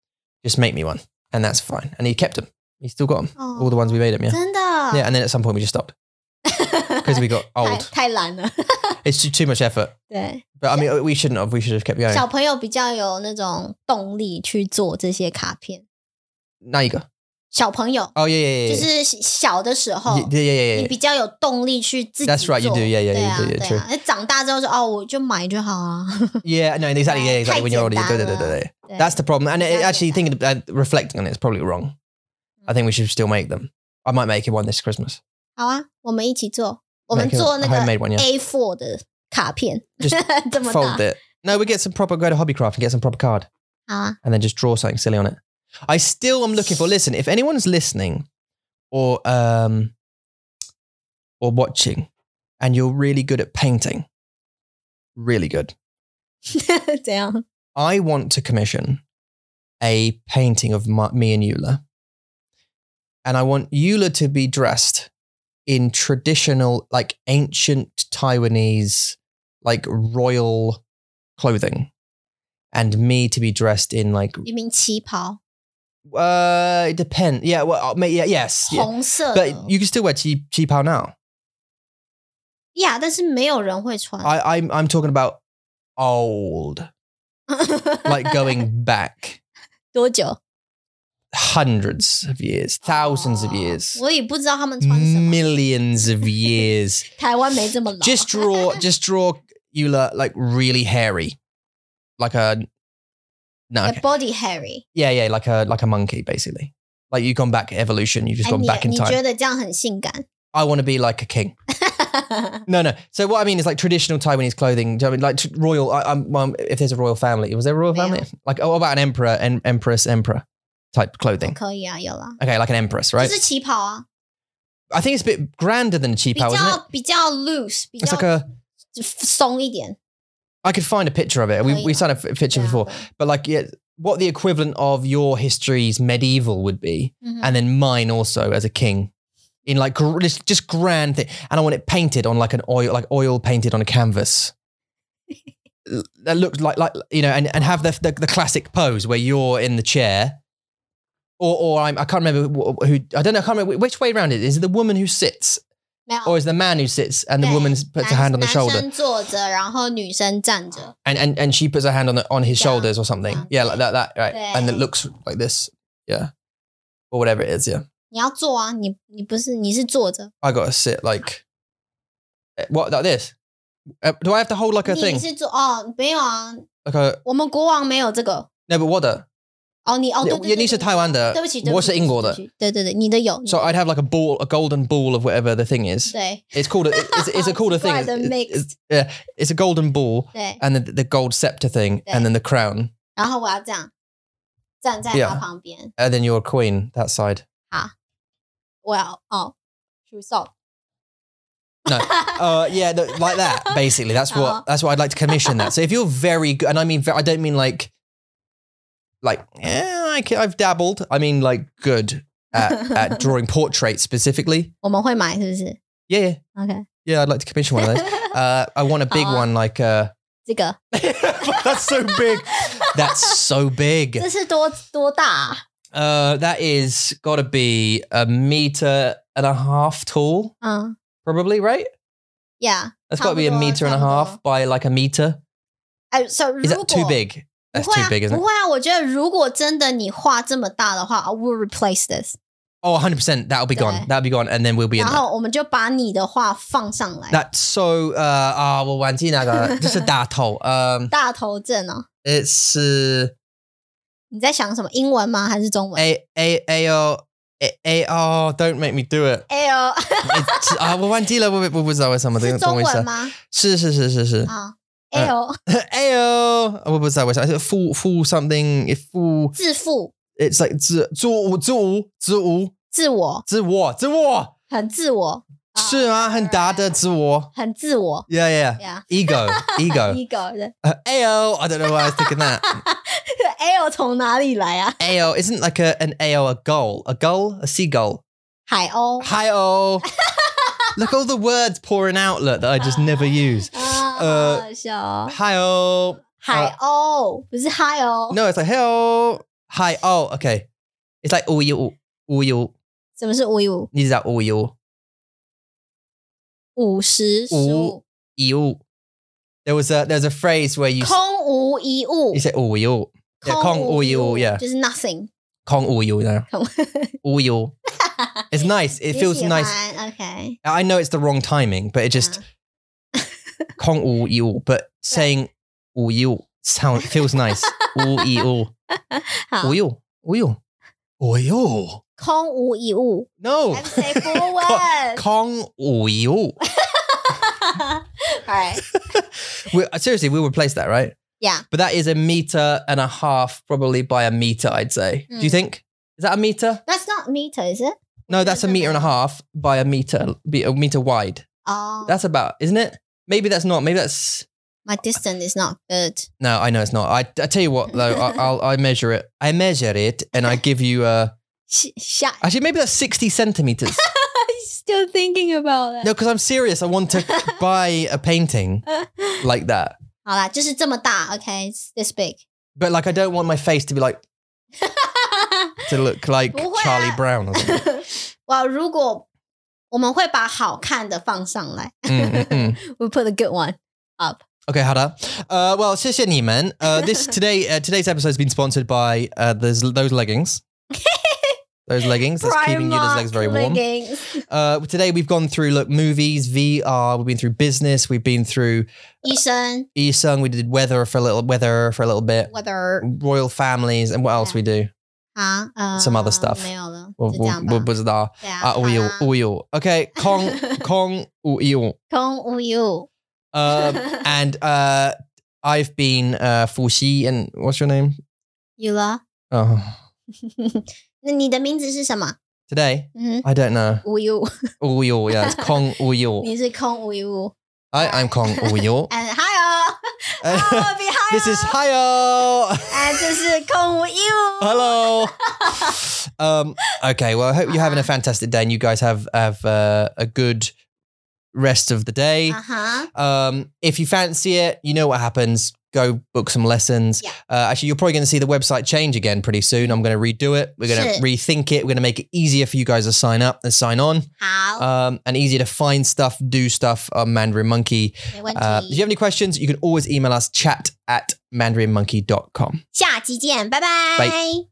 S2: Just make me one, and that's fine. And he kept them. He's still got them.
S1: 哦
S2: all the ones we made them, yeah.
S1: 真的
S2: 啊 Yeah, and then at some point we just stopped because we got
S1: 太
S2: old.
S1: 太懒了。
S2: It's too, too much effort.
S1: 对，
S2: But I mean, we shouldn't have. We should have kept going.
S1: 小朋友比较有那种动力去做这些卡片。
S2: Now you go.
S1: 小朋友
S2: Oh yeah, yeah, yeah.
S1: 就
S2: yeah.
S1: 是小的时候
S2: Y- yeah, yeah, yeah,
S1: 你
S2: yeah.
S1: 比较有动力去自己
S2: That's right, you
S1: 做
S2: do, yeah, yeah,
S1: 对啊
S2: you do, yeah,
S1: 对啊。那长大之后说哦，我就买就好啊。
S2: Yeah, no, exactly.
S1: Right,
S2: Yeah, exactly. When you're older, you do, do, do, do, do.
S1: 对
S2: that's the problem. And it, it
S1: Exactly
S2: actually,
S1: that.
S2: thinking about reflecting on it, it's probably wrong. I think we should still make them. I might make one this Christmas.
S1: 好啊，我们一起做，我们
S2: Make a-
S1: 做那
S2: a
S1: 个
S2: homemade one, yeah.
S1: A4 的卡片
S2: Just
S1: 这么
S2: Fold
S1: 大。
S2: it. No, we get some proper. Go to Hobbycraft and get some proper card.
S1: 好啊，
S2: and then just draw something silly on it. I still am looking for. Listen, if anyone's listening or um or watching, and you're really good at painting, really good,
S1: 怎样？
S2: I want to commission a painting of my, me and Eula, and I want Eula to be dressed in traditional, like ancient Taiwanese, like royal clothing, and me to be dressed in like
S1: 一名旗袍，
S2: uh, it depends. Yeah, well, uh, may- yeah, yes. yeah.
S1: 红色的
S2: But you can still wear chi chi pao now.
S1: Yeah，但是没有人会穿。
S2: I, I'm I'm talking about old, like going back
S1: 多久？
S2: hundreds of years, thousands of years,
S1: 哦我也不知道他们穿什么。
S2: millions of years.
S1: 台湾没这么老。
S2: just draw, just draw Eula like really hairy, like a no,
S1: A
S2: okay.
S1: body hairy。
S2: yeah, yeah, like a like a monkey basically. Like you've gone back evolution, you've just
S1: 哎，
S2: gone back
S1: 你
S2: in
S1: 你觉
S2: time.
S1: 得这样很性感？
S2: I want to be like a king. No, no. So what I mean is like traditional Taiwanese clothing. Do you know what I mean like t- royal? I, I'm, well, if there's a royal family, was there a royal
S1: Yeah.
S2: family? Like oh, what about an emperor and empress, emperor type clothing.
S1: 可以啊，有啦，
S2: Okay, like an empress,
S1: 就
S2: right?
S1: 是旗袍啊，
S2: I think it's a bit grander than a cheap
S1: 比
S2: house, isn't it?
S1: 较比较 loose，比
S2: It's
S1: 较
S2: like a.
S1: 松一点。
S2: I could find a picture of it. We
S1: Oh,
S2: we
S1: yeah.
S2: sent a f- picture before, but like yeah, what the equivalent of your history's medieval would be,
S1: 嗯哼
S2: and then mine also as a king, in like gr- just just grand thing, and I want it painted on like an oil, like oil painted on a canvas. L- that looks like like you know, and, and have the, the the classic pose where you're in the chair, or or I'm I can't remember wh- who I don't know I can't remember which way around it is. Is it the woman who sits,
S1: 没有。
S2: or is it the man who sits oh, and the
S1: Yeah,
S2: woman puts her hand on the
S1: 男
S2: shoulder
S1: 生坐着，然后女生站着。
S2: and and, and she puts her hand on the, on his
S1: Yeah.
S2: shoulders or something? Yeah,
S1: Yeah.
S2: like that that right, and it
S1: Yeah.
S2: looks like this, yeah, or whatever it is, yeah.
S1: 你要坐啊，你你不是你是坐着，
S2: I gotta sit like eh, what like this? Uh, do I have to hold like a
S1: 你
S2: thing?
S1: 是坐哦，没有啊，
S2: Like a
S1: 我们国王没有这个。
S2: no, but what the?
S1: 哦，你哦，
S2: Yeah,
S1: 对对对
S2: you need to
S1: 对对
S2: Taiwan 的
S1: 对不起，
S2: 我是英国的
S1: 对不起，对对对，你的有，
S2: So I'd have like a ball, a golden ball of whatever the thing is.
S1: 对
S2: It's called. A, it's, it's a called a thing.
S1: Right, the
S2: It's, it's,
S1: mixed.
S2: yeah, it's a golden ball,
S1: 对，
S2: and then the gold scepter thing, and then the crown,
S1: 然后我要这样站在
S2: Yeah.
S1: 他旁边，
S2: and then you're a queen that side.
S1: 我要哦，数手，
S2: No. Uh, yeah, no, like that. Basically, that's what
S1: Uh-huh.
S2: that's what I'd like to commission that. So if you're very good, and I mean, ve- I don't mean like, like eh, I can, I've dabbled. I mean like good at, at drawing portraits specifically.
S1: 我们会买是不是
S2: Yeah, yeah,
S1: ？OK，
S2: yeah. I'd like to commission one of those. Uh, I want a big
S1: Uh-huh.
S2: one. Like uh,
S1: 这个
S2: that's so big. That's so big.
S1: 这是多多大啊？
S2: Uh, that is got to be a meter and a half tall,
S1: 嗯
S2: probably. Right?
S1: ，Yeah，
S2: That's got to be a
S1: Tumblr,
S2: meter and a half
S1: Tumblr.
S2: by like a meter.
S1: 哎，So 如
S2: Is that
S1: 果
S2: too big?
S1: 不
S2: That's
S1: 会
S2: too
S1: 啊，
S2: big,
S1: 不
S2: isn't it?
S1: 会啊，我觉得如果真的你画这么大的话，I will replace this，
S2: Oh, 100%. That'll be gone.
S1: Okay.
S2: That'll be gone. And then we'll be in
S1: 然
S2: that.
S1: 后我们就把你的画放上来，
S2: That's so. Uh, ah, well, Wanti Naga. Just a dato. Um,
S1: 大头阵哦，
S2: it's. Uh,
S1: 你在想什么英文吗？还是中文？
S2: A A A O A A O，don't make me do it
S1: 哎呦，
S2: It's- uh, 啊！我忘记了，我我不知道为什么这
S1: 是
S2: 个
S1: 中
S2: 文
S1: 文
S2: 是 嗯
S1: 吗？
S2: 是是是是是
S1: 啊，哎呦，
S2: A O，我不知道为啥是 fool fool something fool。
S1: 自负、
S2: It's like 自自我自我自我
S1: 自我，
S2: 自我自我
S1: 很自我，啊
S2: 是吗？很大的自我
S1: 很自我
S2: ，yeah yeah
S1: ，yeah，
S2: ego
S1: 一
S2: ego
S1: 个 人。
S2: uh, AO I don't know why I was thinking that
S1: 哎呦，从哪里来啊？
S2: AO isn't like a an AO a goal a goal a seagull
S1: 海鸥
S2: hi oh look all the words pouring out look that I just never use Uh,
S1: 啊，
S2: 呃
S1: 好好笑哦，
S2: hi oh
S1: 海鸥不是海鸥，
S2: no it's like hey oh hi oh okay it's like oh you oh you
S1: 什么是五一五？
S2: need that oh you
S1: 五十十五
S2: 五，you there was a there's a phrase where you s-
S1: 空无一物
S2: you，say oh you yeah, 空无一物，yeah
S1: 就是 nothing，
S2: Kong Uyu now.
S1: 空
S2: Uyu. It's nice. It
S1: 你
S2: feels
S1: 喜
S2: nice.
S1: 欢，OK，
S2: I know it's the wrong timing, but it just Kong Uyu, but saying Uyu sound feels nice. Uyu.
S1: 好，
S2: Uyu. Uyu. Uyu.
S1: 空无一物
S2: No.
S1: ，I'm say forward，
S2: Kong Uyu.
S1: 好，right，
S2: We, uh, seriously, we'll replace that, right?
S1: Yeah.
S2: But that is a meter and a half, probably by a meter, I'd say. Do you
S1: Mm.
S2: think? Is that a meter?
S1: That's not meter, is it?
S2: No, that's a meter and a half by a meter, be a meter wide.
S1: Oh,
S2: That's about, isn't it? Maybe that's not. Maybe that's.
S1: my distance is not good.
S2: No, I know it's not. I, I tell you what, though, I, I'll I measure it. I measure it, and I give you a.
S1: Sh- Shut.
S2: Actually, maybe that's sixty centimeters.
S1: I'm still thinking about it.
S2: no, because I'm serious. I want to buy a painting like that,
S1: 好啦，就是这么大，OK，it's this big。
S2: but like I don't want my face to be like to look like
S1: Well, what-
S2: Charlie Brown or something.
S1: 哇，如果我们会把好看的放上来
S2: Mm, mm, mm.
S1: ，we put a good one。
S2: Okay, Hada. Uh, well, 谢谢你们. Uh, this today uh, today's episode has been sponsored by uh, those those leggings. Those leggings that's keeping you those legs very warm.
S1: leggings.
S2: Uh, today we've gone through look movies, VR. We've been through business. We've been through
S1: 医生
S2: Isung. We did weather for a little weather for a little bit.
S1: ，weather
S2: Royal families and what else we do?
S1: 啊，呃
S2: Some other stuff
S1: Uh, 没有了，
S2: Well,
S1: 就这
S2: well,
S1: 样吧
S2: well,。不知道。
S1: 对啊，
S2: Ah, 无忧，
S1: 好啦
S2: 无忧. Okay, Kong Kong 无忧.
S1: 空无一物，
S2: Um, and uh, I've been uh, Fuxi and what's your name?
S1: 有了。
S2: Oh,
S1: 那你的名字是什么？
S2: today
S1: 嗯哼，
S2: I don't know.
S1: 无一物，
S2: 无忧, yeah, it's Kong 无忧.
S1: 你是空无一物。
S2: I I'm Kong 无忧.
S1: And hello, I'll be hello.
S2: 哎 This is hiyo.
S1: 哎，这是空无一物。
S2: Hello. um, okay. Well, I hope you're having a
S1: Uh-huh.
S2: fantastic day, and you guys have have uh, a good rest of the day.
S1: 啊哈，
S2: Um, if you fancy it, you know what happens. Go book some lessons.
S1: Yeah.
S2: Uh, actually, you're probably going to see the website change again pretty soon. I'm going to redo it. We're going to
S1: Shit.
S2: rethink it. We're going to make it easier for you guys to sign up and sign on,
S1: 好，
S2: um, and easier to find stuff, do stuff on Mandarin Monkey.
S1: 没问
S2: Uh, if you
S1: 题。
S2: have any questions, you can always email us chat at mandarinmonkey.com.
S1: 下集见，拜
S2: 拜
S1: 拜。